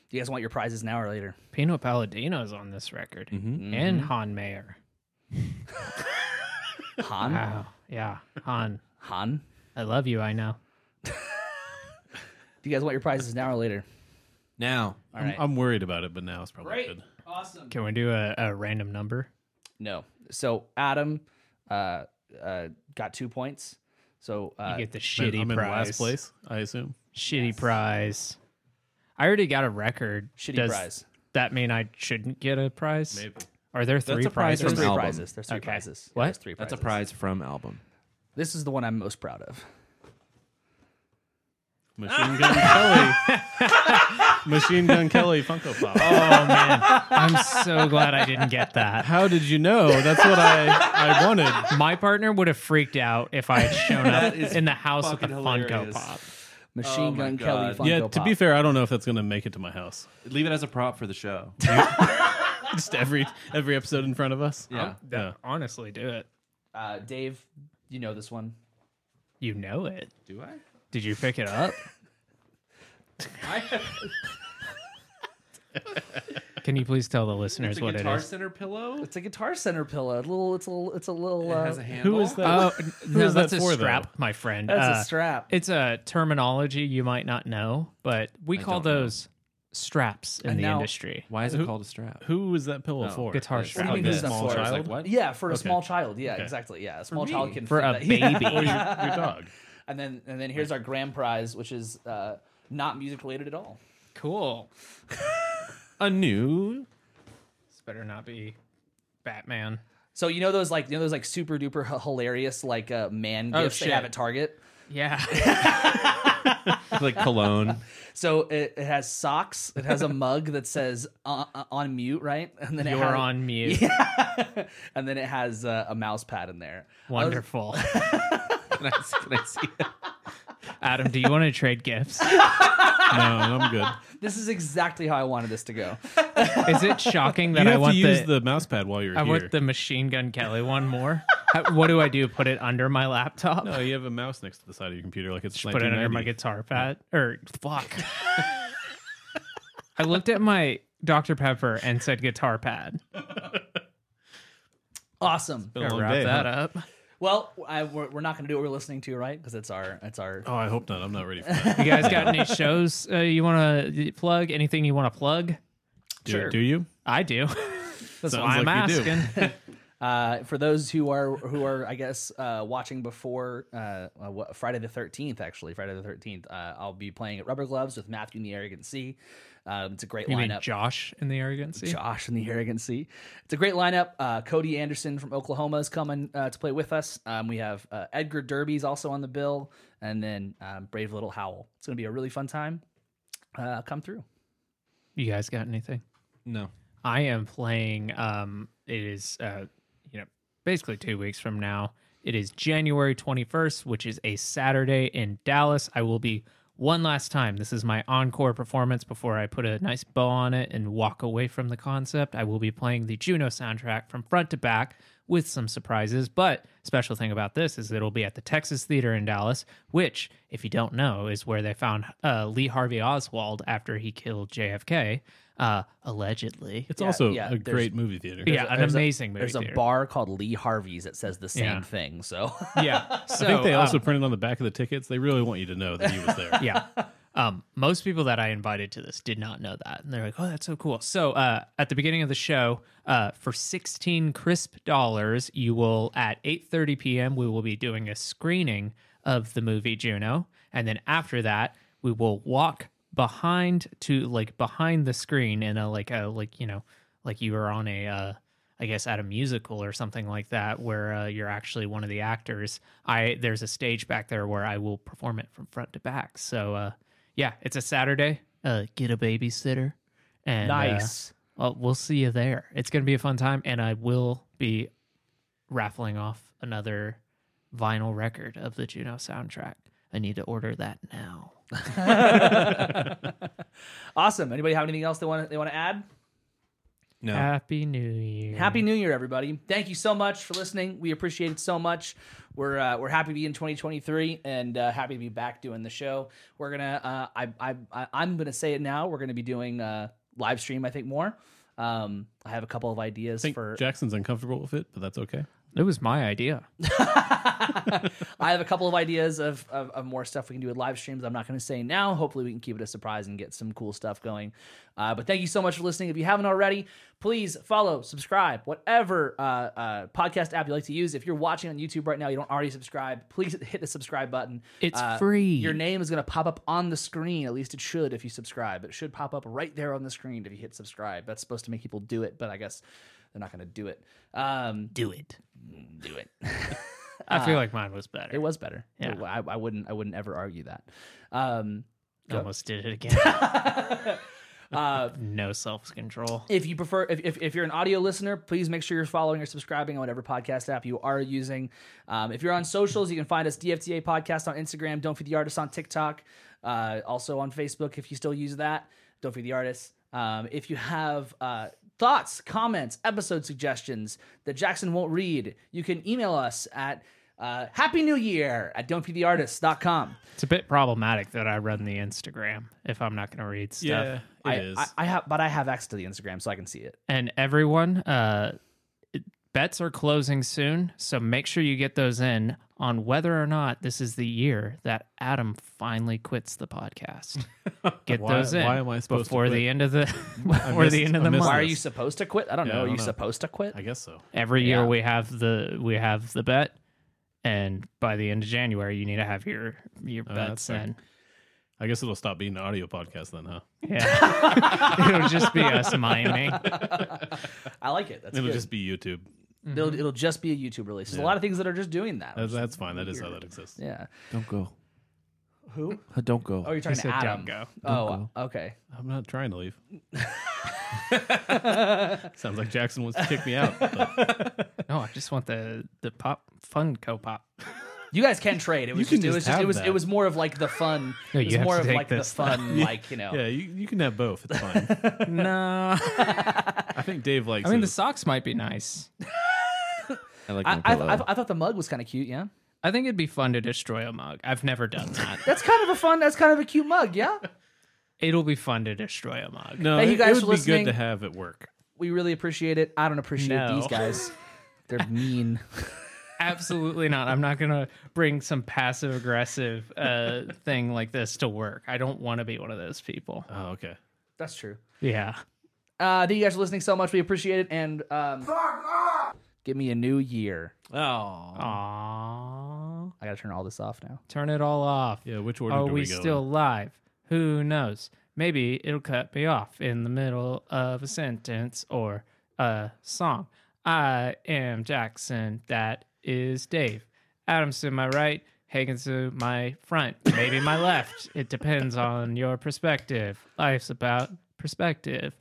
do you guys want your prizes now or later?
Pino Palladino's on this record, and Han Mayer.
Han
Wow. Yeah, Han.
Han.
I love you. I know.
Do you guys want your prizes now or later?
Now,
All right.
I'm worried about it, but now it's probably good.
Awesome.
Can we do a, a random number?
No. So Adam uh, uh, got two points. So uh,
You get the shitty
I'm in
prize.
last place, I assume.
Shitty prize. I already got a record.
Shitty
Does
prize.
That mean I shouldn't get a prize?
Maybe.
Are there three
a
prizes?
prize
there's three
album.
prizes. There's three
Okay.
prizes.
What?
There's three prizes.
that's a prize from album.
This is the one I'm most proud of.
Machine Gun Kelly. Machine Gun Kelly Funko Pop.
Oh man, I'm so glad I didn't get that.
How did you know? That's what I, I wanted.
My partner would have freaked out if I had shown up
That is
in the house with a
fucking
Funko
hilarious.
Pop.
Machine
Oh my
Gun Kelly
God.
Funko
yeah, to
Pop.
be fair, I don't know if that's going to make it to my house.
Leave it as a prop for the show.
Just every every episode in front of us.
Yeah.
Yeah.
Honestly, do it.
uh, Dave, you know this one.
You know it.
Do I?
Did you pick it up? Can you please tell the listeners what it is?
Center pillow.
It's a Guitar Center pillow. A little. It's a. little- It's a little. Uh,
handle.
Who is that?
Oh no,
is that
that's a
for, though?
strap, my friend. Uh,
that's a strap.
It's a terminology you might not know, but we call
don't know.
those straps in
And
the
now-
industry.
Why is it called a strap?
Who is that pillow
No.
for?
oh, Guitar
It's-
strap.
What do you mean
Like
who's
a
that
small
for?
child?
Like what?
yeah, for a
Okay.
small child. Yeah,
Okay.
exactly. Yeah, a small
me.
child can
For
fit
a
that-
baby.
Or your, your dog.
And then and then here's our grand prize, which is uh, not music related at all.
Cool.
A new
This better not be Batman.
So you know those like you know those like super duper h- hilarious like uh, man
Oh,
gifts they have
shit.
at Target.
Yeah.
like cologne.
So it, it has socks. It has a mug that says uh, uh, on mute, right? And then it
You're
has,
on mute.
And then it has uh, a mouse pad in there. I was-
Wonderful.
Can I, can I see it?
Adam, do you want to trade gifts?
No, I'm good.
This is exactly how I wanted this to go.
Is it shocking
You
that I
have to
want
use
the,
the, mouse pad while you're
I
here.
want the machine gun Kelly one more? How, what do I do? Put it under my laptop?
No, Oh, you have a mouse next to the side of your computer, like it's
put it under my
1990.
guitar pad or fuck. I looked at my Dr. Pepper and said guitar pad.
Awesome.
Been a long
Wrap
day,
that
huh?
up.
Well, I, we're, we're not going to do what we're listening to, right? Because it's our it's our.
Oh, I hope not. I'm not ready for that.
You guys got any shows uh, you want to plug? Anything you want to plug?
Do- Do you?
I do. That's why I'm
Sounds like you do.
asking.
Uh, for those who are who are I guess uh, watching before uh, uh, what, Friday the Thirteenth, actually Friday the Thirteenth, uh, I'll be playing at Rubber Gloves with Matthew and the Arrogant Sea. Um, it's a great
You mean
lineup.
Josh in the arrogancy?
Josh and the Arrogancy. It's a great lineup. Uh, Cody Anderson from Oklahoma is coming uh, to play with us. Um, we have uh, Edgar Derby's also on the bill, and then um, Brave Little Howl. It's going to be a really fun time. Uh, come through.
You guys got anything?
No.
I am playing. Um, it is uh, you know, basically two weeks from now. It is January twenty first, which is a Saturday in Dallas. I will be one last time. This is my encore performance before I put a nice bow on it and walk away from the concept. I will be playing the Juno soundtrack from front to back with some surprises. But special thing about this is it'll be at the Texas Theater in Dallas, which, if you don't know, is where they found uh, Lee Harvey Oswald after he killed JFK, uh, allegedly.
It's
Yeah,
also
yeah,
a
there's-
great movie theater.
Yeah, an
there's a-
amazing movie.
There's a
theater.
bar called Lee Harvey's that says the same
Yeah.
thing. So
Yeah, so,
I think they
um,
also printed on the back of the tickets. They really want you to know that he was there.
yeah. Um, most people that I invited to this did not know that, and they're like, "Oh, that's so cool." So, uh, at the beginning of the show, uh, for sixteen crisp dollars, you will at eight thirty p.m. we will be doing a screening of the movie Juno, and then after that, we will walk behind to like behind the screen in a like a like you know like you were on a uh, I guess at a musical or something like that where uh, you're actually one of the actors. I there's a stage back there where I will perform it from front to back. So uh, yeah, it's a Saturday. Uh, get a babysitter and uh,
nice.
well, we'll see you there. It's going to be a fun time and I will be raffling off another vinyl record of the Juno soundtrack. I need to order that now.
awesome. Anybody have anything else they want to, they want to add?
No.
Happy New Year.
Happy New Year, everybody! Thank you so much for listening. We appreciate it so much. We're uh, we're happy to be in 2023 and uh, happy to be back doing the show. We're gonna uh, I, I I I'm gonna say it now. We're gonna be doing uh, live stream. I think more. Um, I have a couple of ideas
I think
for.
Jackson's uncomfortable with it, but that's okay.
It was my idea.
I have a couple of ideas of, of, of more stuff we can do with live streams. I'm not going to say now. Hopefully, we can keep it a surprise and get some cool stuff going. Uh, but thank you so much for listening. If you haven't already, please follow, subscribe, whatever uh, uh, podcast app you like to use. If you're watching on YouTube right now, you don't already subscribe, please hit the subscribe button.
It's
Uh,
free.
Your name is going to pop up on the screen. At least it should if you subscribe. It should pop up right there on the screen if you hit subscribe. That's supposed to make people do it, but I guess they're not going to do it. Um,
Do it.
Mm,
Uh,
do it.
I feel like mine was better.
It was better.
Yeah.
It- I, I wouldn't. I wouldn't ever argue that. Um,
Almost did it again.
uh,
no self control.
if you prefer, if, if, if you're an audio listener, please make sure you're following or subscribing on whatever podcast app you are using. Um, if you're on socials, you can find us DFTA Podcast on Instagram, Don't Feed the Artist on TikTok, uh, also on Facebook if you still use that. Don't Feed the Artist. Um, if you have uh, thoughts, comments, episode suggestions that Jackson won't read, you can email us at uh, Happy New Year at don'tfeedtheartist.com.
It's a bit problematic that I run the Instagram if I'm not going to read stuff.
I,
it is.
I, I have, but I have access to the Instagram, so I can see it.
And everyone, uh, bets are closing soon, so make sure you get those in on whether or not this is the year that Adam finally quits the podcast. Get
Why-
those in.
why am I supposed to
before the
quit?
end of the before
missed-
the end of
I
the
missed
month?
Why are
this.
you supposed to quit? Oh, I don't
Yeah,
know.
I
are you
don't know.
supposed to quit?
I guess so.
Every year
Yeah.
we have the we have the bet, and by the end of January you need to have your your
Oh, that's
bets
fair.
in.
I guess it'll stop being an audio podcast then, huh?
Yeah, it'll just be us miming.
I like it. That's
It'll
good.
just be YouTube.
it'll, it'll just be a YouTube release. There's a lot of things that are just doing that.
That's,
which-
that's fine. That is how that exists.
yeah.
Don't go.
Who?
Uh, Don't go.
Oh, you're talking
said
to Adam.
don't go.
Oh, okay.
I'm not trying to leave. Sounds like Jackson wants to kick me out. but
No, I just want the the pop fun co pop.
You guys can trade. It was
can
just, it
just
was just, it
have
was
that.
it was more of like the fun.
No,
it was
you have
more
to
of
take
like the
this.
fun, like you know.
yeah, you, you can have both. It's fine.
No,
I think Dave likes
I mean
it.
the socks might be nice.
I like
I, I, I, I thought the mug was kind of cute. Yeah.
I think it'd be fun to destroy a mug. I've never done that.
That's kind of a fun. That's kind of a cute mug. Yeah.
It'll be fun to destroy a mug.
no,
Thank
it,
you guys
it
for
would be good to
listening.
have at work.
We really appreciate it. I don't appreciate
No.
these guys. They're mean.
Absolutely not. I'm not gonna bring some passive aggressive uh, thing like this to work. I don't want to be one of those people.
Oh, okay.
That's true.
Yeah.
Uh, thank you guys for listening so much. We appreciate it. And um, give me a new year.
Oh.
Aww.
I got to turn all this off now.
Turn it all off.
Oh,
Yeah, which order
Are
do
we
go in?
still live? Who knows? maybe it'll cut me off in the middle of a sentence or a song. I am Jackson. That is Dave. Adams to my right, Hagen's to my front, maybe my left. It depends on your perspective. Life's about perspective.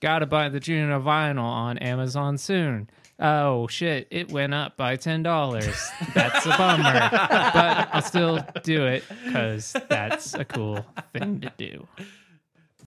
Gotta buy the Juno vinyl on Amazon soon. Oh shit, it went up by $10. That's a bummer. but I'll still do it because that's a cool thing to do.